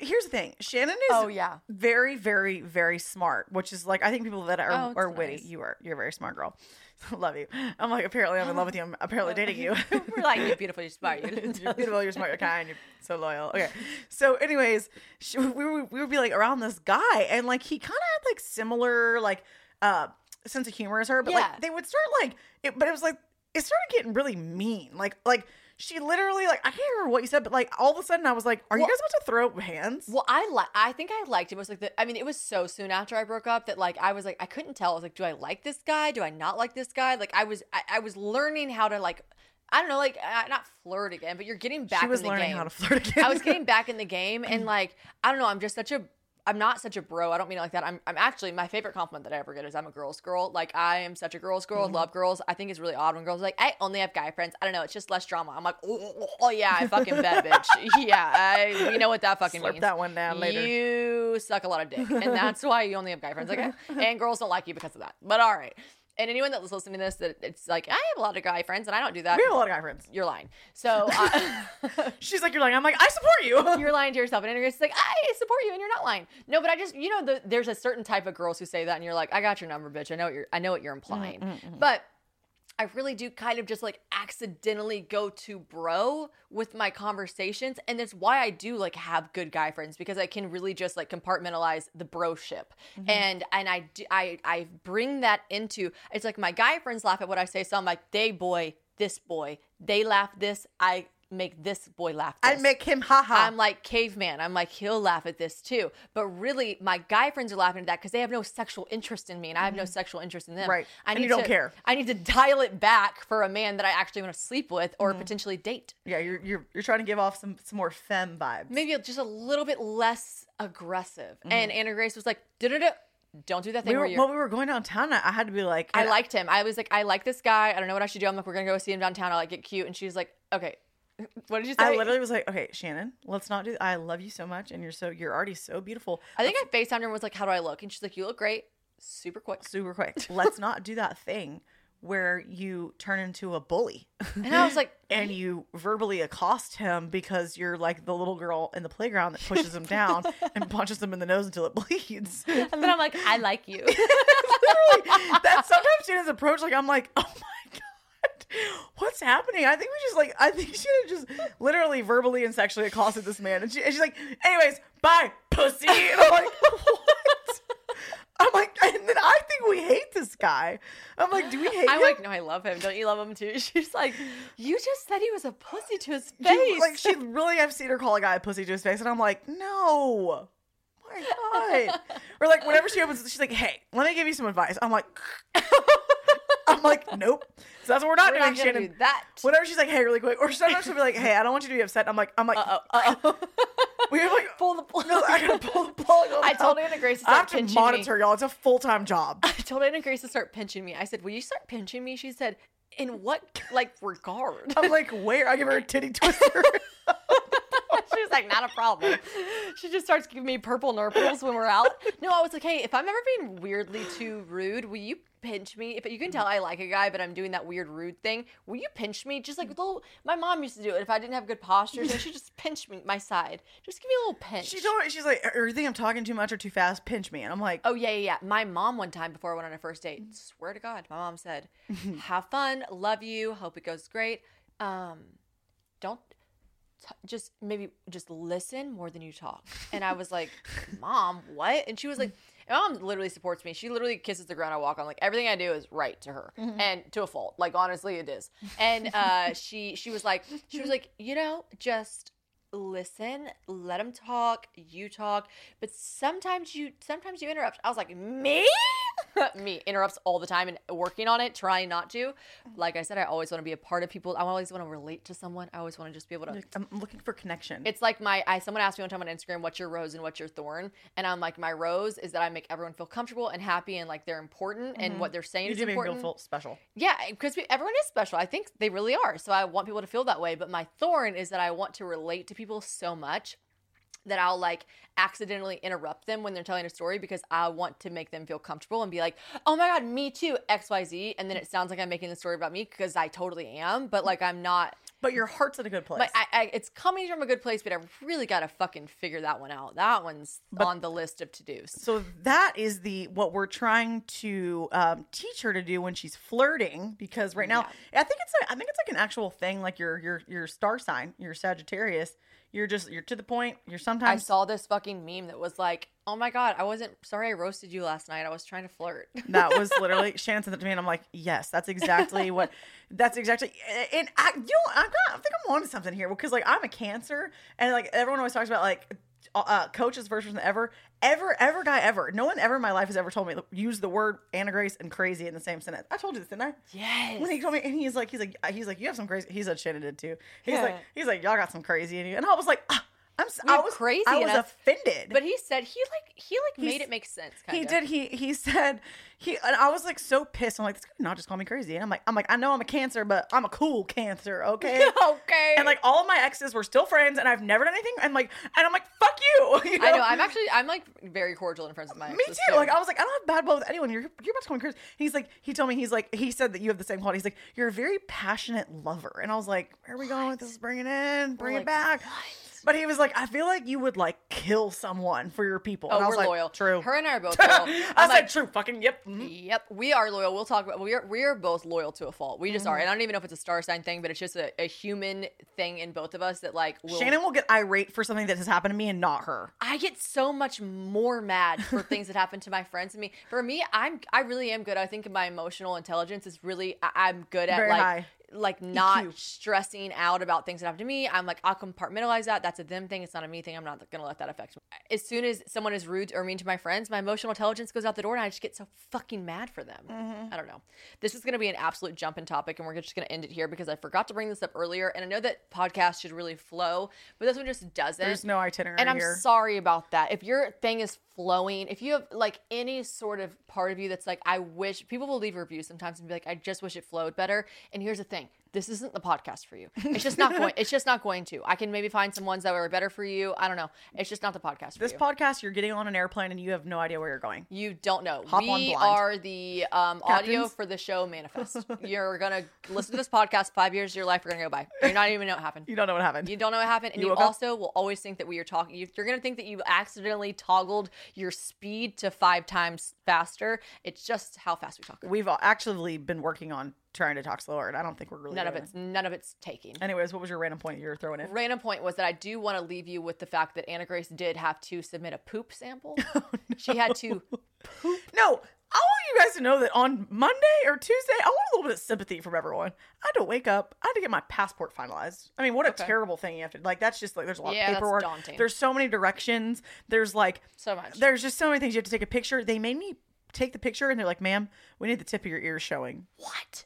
S2: here's the thing: Shannon is
S1: Oh, yeah.
S2: very, very, very smart, which is like I think people that are
S1: Oh, it's
S2: are witty.
S1: nice.
S2: You are you're a very smart girl. Love you. I'm like apparently I'm in love with you. I'm
S1: Oh.
S2: apparently dating you.
S1: We're like, you're beautiful, you're smart.
S2: You're
S1: You're
S2: beautiful. You're smart. You're kind. You're so loyal. Okay. So, anyways, she, we would we would be like around this guy, and like he kind of had like similar like uh sense of humor as her, but
S1: Yeah.
S2: like they would start like it, but it was like it started getting really mean. Like like she literally like I can't remember what you said, but like all of a sudden I was like, are you
S1: Well-
S2: guys about to throw hands?
S1: Well, I li- I think I liked him. It was like the I mean, it was so soon after I broke up that like I was like I couldn't tell. I was like, do I like this guy? Do I not like this guy? Like I was I, I was learning how to like I don't know like uh, not flirt again, but you're getting back.
S2: she was
S1: in the
S2: learning
S1: game.
S2: how to flirt again.
S1: I was getting back in the game, and like I don't know, I'm just such a I'm not such a bro. I don't mean it like that. I'm, I'm actually my favorite compliment that I ever get is I'm a girl's girl. Like I am such a girl's girl.
S2: Mm-hmm.
S1: Love girls. I think it's really odd when girls are like I only have guy friends. I don't know. It's just less drama. I'm like oh, oh, oh, yeah, I fucking bet, bitch. Yeah, I we know what that fucking
S2: Slurp
S1: means.
S2: that one down later.
S1: You suck a lot of dick, and that's why you only have guy friends. Like and girls don't like you because of that. But all right. And anyone that's listening to this, that it's like I have a lot of guy friends, and I don't do that.
S2: we have a lot of guy friends.
S1: You're lying. So. uh, I
S2: She's like, you're like, I'm like, I support you.
S1: you're lying to yourself. And Andrea's like, I support you, and you're not lying. No, but I just, you know, the, there's a certain type of girls who say that, and you're like, I got your number, bitch. I know what you're, I know what you're implying.
S2: Mm-hmm,
S1: But I really do kind of just like accidentally go to bro with my conversations, and that's why I do like have good guy friends because I can really just like compartmentalize the broship,
S2: Mm-hmm.
S1: and and I do, I I bring that into it's like my guy friends laugh at what I say, so I'm like, they boy, this boy, they laugh this, I make this boy laugh. This.
S2: I make him ha ha.
S1: I'm like caveman. I'm like he'll laugh at this too. But really, my guy friends are laughing at that because they have no sexual interest in me, and I have no sexual interest in them.
S2: Mm-hmm. Right.
S1: I
S2: And
S1: need
S2: you don't
S1: to-
S2: care.
S1: I need to dial it back for a man that I actually want to sleep with
S2: Mm-hmm.
S1: or potentially date.
S2: yeah, you're, you're you're trying to give off some some more femme vibes.
S1: Maybe just a little bit less aggressive. And Anna Grace was like, "Da-da-da, "Don't do that thing
S2: Mm-hmm.
S1: where
S2: we were,
S1: you're."
S2: when we were going downtown, I I had to be like,
S1: I liked him. I was like, I like this guy. I don't know what I should do. I'm like, we're gonna go see him downtown. I like get cute, and she's like, okay. What did you say?
S2: I literally was like, okay, Shannon, let's not do. I love you so much, and you're so you're already so beautiful.
S1: I think I Facetimed her and was like, how do I look? And she's like, you look great. Super quick.
S2: Super quick. Let's not do that thing where you turn into a bully
S1: And I was like,
S2: and you verbally accost him because you're like the little girl in the playground that pushes him down and punches him in the nose until it bleeds.
S1: And then I'm like, I like you.
S2: Literally, that sometimes Shannon's approach, like I'm like, oh my god, what's happening? I think we just like, I think Shannon just literally verbally and sexually accosted this man, and, she, and she's like, anyways, bye, pussy. And I'm like, what? I'm like, and then I think we hate this guy. I'm like, do we hate
S1: I'm
S2: him?
S1: like, no, I love him. Don't you love him too? She's like, you just said he was a pussy to his
S2: Do-
S1: face.
S2: Like she really, I've seen her call a guy a pussy to his face, and I'm like, no. My God. or like whenever she opens, she's like, "Hey, let me give you some advice." I'm like, I'm like, nope. So that's what we're not
S1: We're
S2: doing,
S1: not gonna
S2: Shannon.
S1: do that.
S2: Whenever she's like, "Hey, really quick," or sometimes she'll be like, "Hey, I don't want you to be upset." I'm like, I'm like,
S1: Uh oh, uh oh.
S2: we have like,
S1: Pull the plug.
S2: no, I gotta pull the plug. on
S1: I told
S2: that.
S1: Anna Grace to
S2: I
S1: start
S2: have to
S1: pinching
S2: monitor
S1: me.
S2: y'all. It's a full time job.
S1: I told Anna Grace to start pinching me. I said, will you start pinching me? She said, in what like regard?
S2: I'm like, where? I give her a titty twister.
S1: She's like, not a problem. She just starts giving me purple nurples when we're out. No, I was like, hey, if I'm ever being weirdly too rude, will you pinch me? If you can tell I like a guy, but I'm doing that weird rude thing, will you pinch me? Just like with little, my mom used to do it. If I didn't have good posture, then she just pinched me my side. Just give me a little pinch.
S2: She told me she's like, "Or you think I'm talking too much or too fast? Pinch me." And I'm like,
S1: Oh yeah, yeah, yeah. My mom one time before I went on a first date, swear to God, my mom said, "Have fun, love you, hope it goes great. Um, don't t- just maybe just listen more than you talk." And I was like, "Mom, what?" And she was like, and "My mom literally supports me. She literally kisses the ground I walk on. Like everything I do is right to her and to a fault. Like honestly, it is." And uh, she she was like, she was like, you know, just listen let them talk you talk but sometimes you sometimes you interrupt i was like me me interrupts all the time and working on it trying not to like i said i always want to be a part of people i always want to relate to someone i always want to just be able to
S2: "I'm looking for connection."
S1: it's like my I someone asked me one time on Instagram, what's your rose and what's your thorn? And I'm like, my rose is that I make everyone feel comfortable and happy and like they're important and what they're saying
S2: Mm-hmm. you
S1: is
S2: do make me
S1: important.
S2: feel full- special.
S1: Yeah, because we- everyone is special. I think they really are. So I want people to feel that way. But my thorn is that I want to relate to people so much that I'll like accidentally interrupt them when they're telling a story because I want to make them feel comfortable and be like, oh my God, me too, XYZ. And then it sounds like I'm making the story about me because I totally am,
S2: Mm.
S1: but like I'm not.
S2: But your heart's at a good place.
S1: But I, I, it's coming from a good place, but I really got to fucking figure that one out. That one's on the list of to dos.
S2: so that is the what we're trying to um, teach her to do when she's flirting because right now I think it's a, I think it's like an actual thing like your your your star sign your Sagittarius you're just you're to the point
S1: I
S2: you're sometimes
S1: saw this fucking meme that was like, oh my God, I wasn't sorry I roasted you last night. I was trying to flirt.
S2: that was literally Shannon said that to me and I'm like yes that's exactly what that's exactly and I you know I'm not, I think I'm onto something here because like I'm a Cancer and like everyone always talks about like uh, coach is the first person ever ever ever guy ever no one ever in my life has ever told me use the word Anna Grace and crazy in the same sentence I told you this didn't I
S1: Yes.
S2: When he told me, and he's like, he's like, uh, he's like, you have some crazy. He said Shannon did too. He's
S1: Yeah.
S2: like, he's like, y'all got some crazy in you. And I was like, ah, I'm, s-
S1: We
S2: I
S1: have
S2: was
S1: crazy
S2: I
S1: in
S2: was
S1: us,
S2: offended.
S1: But he said he like he like made
S2: He's-
S1: it make sense. Kind
S2: he
S1: of.
S2: did. He he said he, and I was like so pissed. I'm like, this could not just call me crazy. And I'm like, I'm like, I know I'm a cancer, but I'm a cool cancer, okay?
S1: okay.
S2: And like all of my exes were still friends, and I've never done anything. And like, and I'm like, fuck you. you
S1: I know. I'm actually I'm like very cordial and friends with my
S2: Me
S1: exes,
S2: too. Like I was like, I don't have bad blood with anyone. You're you're about to call me crazy. He's like, he told me he's like, he said that you have the same quality. He's like, you're a very passionate lover. And I was like, where are we going with this? Bring it in, bring
S1: like,
S2: it back. But he was like, I feel like you would like kill someone for your people. and
S1: oh,
S2: I was
S1: we're
S2: like,
S1: loyal.
S2: True.
S1: Her and I are both loyal.
S2: I
S1: I'm
S2: said
S1: like,
S2: true. Fucking yep. mhm.
S1: Yep, mm-hmm. we are loyal. We'll talk about we are we are both loyal to a fault. We just are, and I don't even know if it's a star sign thing, but it's just a, a human thing in both of us that like. Will,
S2: Shannon will get irate for something that has happened to me and not her.
S1: I get so much more mad for things that happen to my friends and me. For me, I'm I really am good. I think my emotional intelligence is really I, I'm good at
S2: Very
S1: like
S2: high. E
S1: like not
S2: EQ.
S1: stressing out about things that happen to me. I'm like I'll compartmentalize that. That's a them thing. It's not a me thing. I'm not gonna let that affect me. As soon as someone is rude or mean to my friends, my emotional intelligence goes out the door, and I just get so fucking mad for them.
S2: Mm-hmm.
S1: I don't know. This is gonna be an absolute jump in topic, and we're just gonna end it here because I forgot to bring this up earlier. And I know that podcasts should really flow, but this one just doesn't.
S2: There's no itinerary
S1: And I'm
S2: here.
S1: sorry about that. If your thing is flowing, if you have like any sort of part of you that's like, I wish people will leave reviews sometimes and be like, I just wish it flowed better. And here's the thing. This isn't the podcast for you. It's just not going. It's just not going to. I can maybe find some ones that were better for you. I don't know. It's just not the podcast for
S2: This
S1: you.
S2: podcast, you're getting on an airplane and you have no idea where you're going.
S1: you don't know.
S2: Hop
S1: we
S2: on blind.
S1: are the um, audio
S2: Captains.
S1: for the show manifest. you're gonna listen to this podcast five years of your life. You're gonna go by. You're not even know what happened.
S2: You don't know what happened.
S1: You don't know what happened, and
S2: You
S1: you,
S2: woke up-
S1: also will always think that we are talking. You, you're going to think that you accidentally toggled your speed to five times faster. It's just how fast we talk.
S2: We've actually been working on trying to talk slower, and I don't think we're really
S1: None of
S2: doing it.
S1: it's none of it's taking.
S2: Anyways, what was your random point you were throwing in?
S1: Random point was that I do want to leave you with the fact that Anna Grace did have to submit a poop sample.
S2: Oh,
S1: She had to.
S2: No, I want you guys to know that on Monday or Tuesday, I want a little bit of sympathy from everyone. I had to wake up. I had to get my passport finalized. I mean, what a terrible thing you have to like. That's just like there's a lot
S1: Yeah,
S2: of
S1: that's
S2: paperwork.
S1: daunting.
S2: There's so many directions. There's like
S1: So much.
S2: There's just so many things you have to take a picture. They made me take the picture, and they're like, "Ma'am, we need the tip of your ear showing."
S1: What?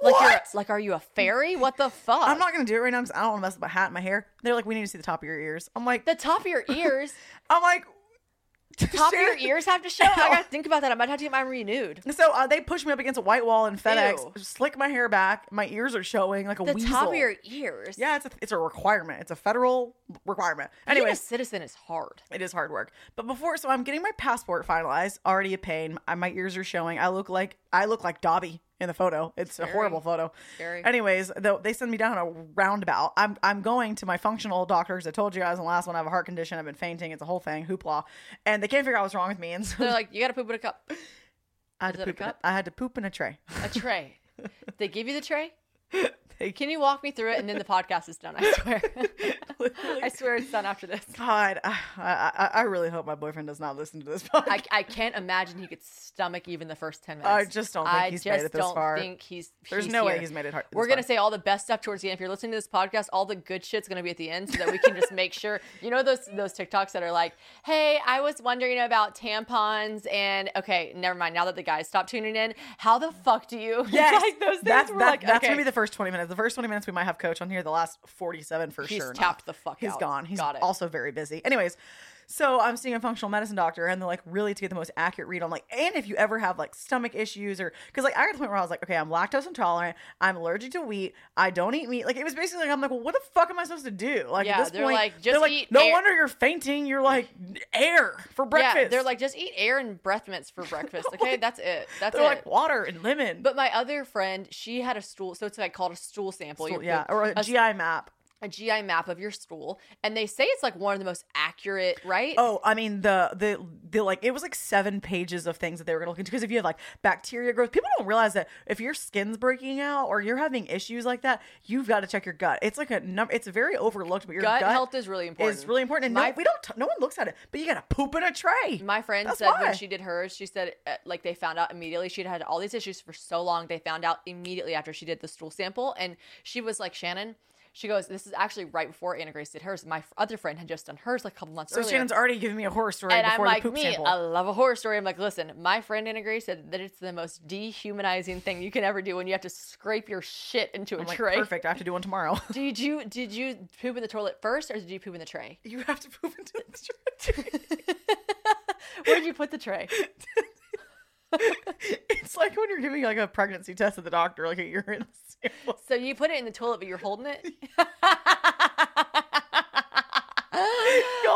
S1: Like You're,
S2: What?
S1: like are you a fairy? What the fuck?
S2: I'm not gonna do it right now because I don't want to mess up my hat and my hair. They're like, "We need to see the top of your ears." I'm like,
S1: The top of your ears.
S2: I'm like,
S1: Top of your ears have to show. I gotta think about that. I might have to get mine renewed.
S2: So uh, they pushed me up against a white wall in FedEx,
S1: Ew.
S2: slick my hair back. My ears are showing like a
S1: The
S2: weasel.
S1: top of your ears.
S2: yeah, it's a, it's a requirement. It's a federal requirement.
S1: Being a
S2: Anyways,
S1: citizen is hard.
S2: it is hard work. But before, so I'm getting my passport finalized. Already a pain. I, my ears are showing. I look like I look like Dobby in the photo. It's a horrible photo.
S1: Scary.
S2: Anyways, though they send me down a roundabout. I'm I'm going to my functional doctor because I told you guys in the last one I have a heart condition. I've been fainting. It's a whole thing, hoopla, and they can't figure out what's wrong with me. And so
S1: They're like, you gotta poop in a cup,
S2: I had to
S1: is it a
S2: poop. In a,
S1: cup?
S2: I had to poop in a tray.
S1: a tray. they give you the tray.
S2: They-
S1: Can you walk me through it? And then the podcast is done. I swear.
S2: Literally.
S1: I swear it's done after this.
S2: God, I, I I really hope my boyfriend does not listen to this podcast.
S1: I, I can't imagine he could stomach even the first 10 minutes.
S2: I just don't think
S1: I
S2: he's made
S1: just
S2: it this
S1: don't
S2: far.
S1: think he's.
S2: There's
S1: he's
S2: no way
S1: here.
S2: he's made it hard.
S1: We're going to say all the best stuff towards the end. If you're listening to this podcast, all the good shit's going to be at the end so that we can just make sure. You know those those TikToks that are like, hey, I was wondering about tampons and, okay, never mind. Now that the guys stop tuning in, how the fuck do you?
S2: Yes,
S1: like those things
S2: that's
S1: were
S2: that-
S1: like,
S2: that's
S1: okay.
S2: gonna be the first twenty minutes. The first twenty minutes we might have coach on here. The last forty-seven for
S1: He's
S2: sure.
S1: tapped
S2: not.
S1: the fuck
S2: He's
S1: out.
S2: gone. He's
S1: Got it.
S2: also very busy. Anyways, so I'm seeing a functional medicine doctor, and they're like, really to get the most accurate read. I'm like, and if you ever have like stomach issues or because like I got to the point where I was like, okay, I'm lactose intolerant. I'm allergic to wheat. I don't eat meat. Like it was basically like I'm like, well, what the fuck am I supposed to do? Like
S1: Yeah,
S2: at this
S1: they're
S2: point,
S1: like,
S2: they're
S1: just
S2: like,
S1: eat
S2: no
S1: air."
S2: wonder you're fainting. You're like air for breakfast.
S1: Yeah, they're like, just eat air and breath mints for breakfast. Okay, that's it. That's
S2: they're
S1: it.
S2: like water and lemon.
S1: But my other friend, she had a stool, so it's like called a stool sample.
S2: Stool-
S1: Your-
S2: yeah, or a
S1: a-
S2: GI map.
S1: a GI map of your stool, and they say it's like one of the most accurate, right?
S2: Oh, I mean the the the like it was like seven pages of things that they were gonna look into because if you have like bacteria growth, people don't realize that if your skin's breaking out or you're having issues like that, you've got to check your gut. It's like a number. It's very overlooked, but your
S1: Gut
S2: gut,
S1: health is really important.
S2: It's really important, and
S1: My-
S2: no, we don't. T- no one looks at it, but you got to poop in a tray.
S1: My friend
S2: That's
S1: said
S2: why.
S1: when she did hers, she said uh, like they found out immediately she'd had all these issues for so long. They found out immediately after she did the stool sample, and she was like Shannon. She goes, "This is actually right before Anna Grace did hers. My f- other friend had just done hers like a couple months
S2: so
S1: earlier."
S2: Shannon's already giving me a horror story
S1: and I'm
S2: before
S1: like,
S2: the poop
S1: me,
S2: sample.
S1: I love a horror story. I'm like, listen, my friend Anna Grace said that it's the most dehumanizing thing you can ever do when you have to scrape your shit into a
S2: I'm like,
S1: tray.
S2: perfect. I have to do one tomorrow.
S1: Did you did you poop in the toilet first, or did you poop in the tray?
S2: you have to poop into the tray.
S1: Where did you put the tray?
S2: it's like when you're giving like a pregnancy test at the doctor, like a urine sample.
S1: So you put it in the toilet, but you're holding it.
S2: Y'all,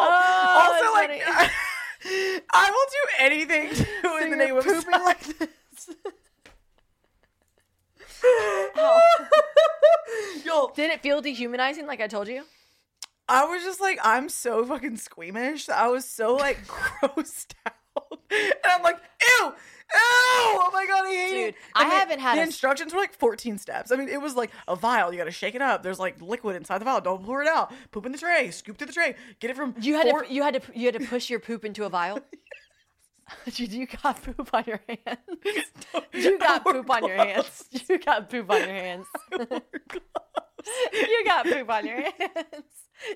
S1: Oh,
S2: also, like,
S1: it's
S2: I, will do anything to in the
S1: you're
S2: name of
S1: pooping
S2: sex.
S1: like
S2: Yo,
S1: Did it feel dehumanizing, like I told you?
S2: I was just like, I'm so fucking squeamish. I was so like grossed out, and I'm like, ew, ew. Oh my god, I hate it.
S1: Dude, I
S2: And the-
S1: haven't had
S2: the
S1: a-
S2: instructions were like 14 steps. I mean, it was like a vial. You got to shake it up. There's like liquid inside the vial. Don't pour it out. Poop in the tray. Scoop to the tray. Get it from
S1: You had
S2: four-
S1: to you had to you had to push your poop into a vial. Did you got poop on your hands? You got poop on your hands. You got poop on your hands. You got poop on your hands.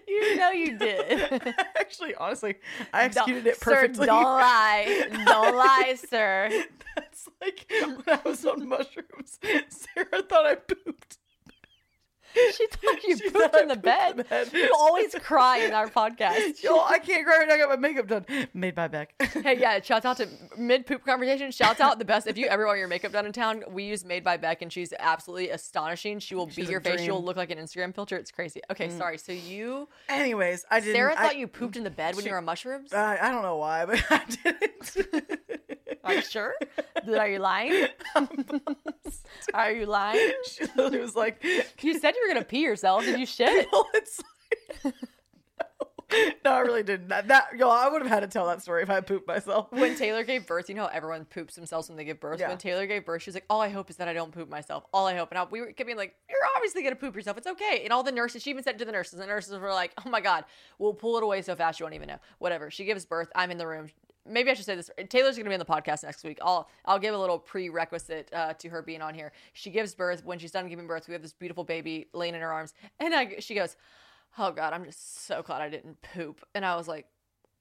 S1: You know you did.
S2: Actually, honestly, I
S1: Don't-
S2: executed it perfectly.
S1: Sir, don't lie. Don't lie, sir.
S2: That's like when I was on mushrooms. Sarah thought I pooped.
S1: She thought you
S2: She
S1: pooped
S2: thought I
S1: in the
S2: pooped in
S1: bed.
S2: the bed.
S1: You always cry in our podcast.
S2: Yo, I can't cry right now. I got my makeup done. Made by Beck.
S1: Hey, yeah, shout out to mid poop conversation. Shout out the best. If you ever want your makeup done in town, we use Made by Beck, and she's absolutely astonishing. She will
S2: She's
S1: beat
S2: a
S1: your face. She'll
S2: dream.
S1: look like an Instagram filter. It's crazy. Okay, sorry. So you,
S2: Anyways, I didn't.
S1: Sarah,
S2: I,
S1: thought you pooped in the bed when you were on mushrooms.
S2: I, I don't know why, but I didn't. Um,
S1: Are you sure? Did- Are you lying? Are you lying?
S2: she literally was like,
S1: You said you were gonna pee yourself. Did you shit?
S2: well, it's like. No, I really didn't. That, that yo, I would have had to tell that story if I pooped myself.
S1: when Taylor gave birth, you know how everyone poops themselves when they give birth.
S2: Yeah.
S1: When Taylor gave birth, she was like, "All I hope is that I don't poop myself. All I hope." And I, we were kept being like, "You're obviously gonna poop yourself. It's okay." And all the nurses, she even said to the nurses, the nurses were like, "Oh my god, we'll pull it away so fast you won't even know." Whatever. She gives birth. I'm in the room. Maybe I should say this. Taylor's gonna be on the podcast next week. I'll I'll give a little prerequisite uh, to her being on here. She gives birth. When she's done giving birth, we have this beautiful baby laying in her arms, and I, she goes, "Oh god, I'm just so glad I didn't poop." And I was like,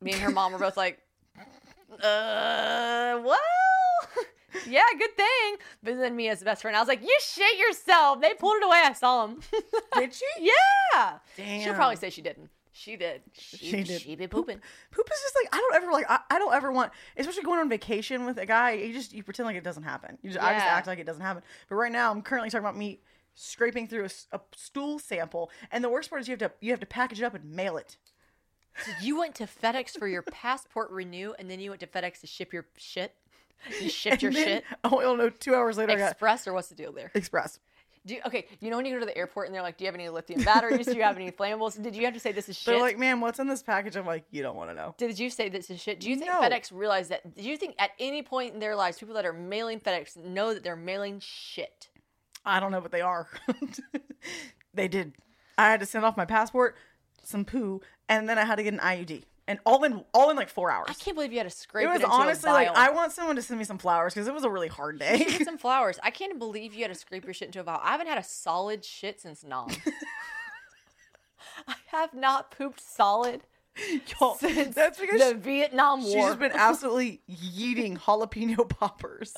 S1: me and her mom were both like uh, well, yeah, good thing. But then me as the best friend, I was like, you shit yourself. They pulled it away. I saw him.
S2: Did she?
S1: yeah. She'll
S2: Damn.
S1: probably say she didn't. She did. She,
S2: She did.
S1: She be pooping.
S2: Poop is just like I don't ever like I, I don't ever want especially going on vacation with a guy, you just you pretend like it doesn't happen. You just I just
S1: Yeah.
S2: act like it doesn't happen. But right now I'm currently talking about me scraping through a, s- a stool sample and the worst part is you have to you have to package it up and mail it.
S1: So you went to FedEx for your passport renew, and then you went to FedEx to ship your shit. You shipped your
S2: And then-
S1: shit.
S2: Oh, you'll know 2 hours later I got
S1: Express or what's the deal there?
S2: Express.
S1: Do you, okay, you know when you go to the airport and they're like, "Do you have any lithium batteries? Do you have any flammables?" Did you have to say this is shit?
S2: They're like, "Man, what's in this package?" I'm like, "You don't want to know."
S1: Did you say this is shit? Do you think
S2: No.
S1: FedEx realized that? Do you think at any point in their lives, people that are mailing FedEx know that they're mailing shit?
S2: I don't know, but they are. they did. I had to send off my passport, some poo, and then I had to get an IUD, and all in all in like four hours.
S1: I can't believe you had to scrape
S2: It
S1: it.
S2: was
S1: into
S2: honestly
S1: a
S2: like
S1: vial.
S2: I want someone to send me some flowers because it was a really hard day.
S1: Get some flowers. I can't believe you had to scrape your shit into a vial. I haven't had a solid shit since nom. I have not pooped solid
S2: Y'all,
S1: since
S2: Oh, That's because
S1: the Vietnam
S2: she's
S1: War.
S2: just been absolutely yeeting jalapeno poppers.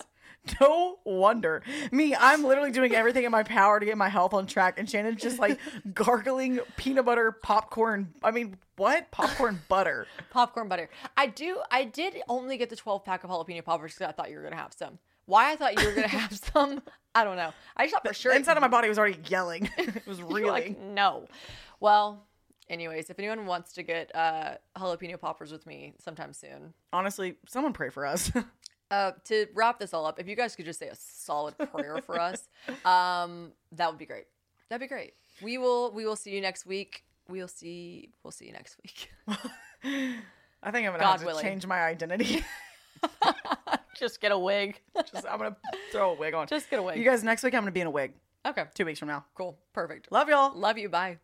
S2: No wonder. Me, I'm literally doing everything in my power to get my health on track, and Shannon's just like gargling peanut butter popcorn. I mean, what popcorn butter?
S1: popcorn butter. I do. I did only get the twelve pack of jalapeno poppers because I thought you were gonna have some. Why I thought you were gonna have some, I don't know. I just thought for sure.
S2: Inside of my body was already yelling. it was
S1: you
S2: reeling.
S1: were like no. Well, anyways, if anyone wants to get uh, jalapeno poppers with me sometime soon,
S2: Honestly, someone pray for us.
S1: uh, to wrap this all up, if you guys could just say a solid prayer for us, um, that would be great. That'd be great. We will. We will see you next week. We'll see. We'll see you next week.
S2: I think I'm gonna
S1: God
S2: have to
S1: willing.
S2: change my identity.
S1: just get a wig.
S2: just, I'm gonna throw a wig on.
S1: Just get a wig.
S2: You guys, next week I'm gonna be in a wig.
S1: okay.
S2: Two weeks from now.
S1: Cool. Perfect.
S2: Love y'all.
S1: Love you. Bye.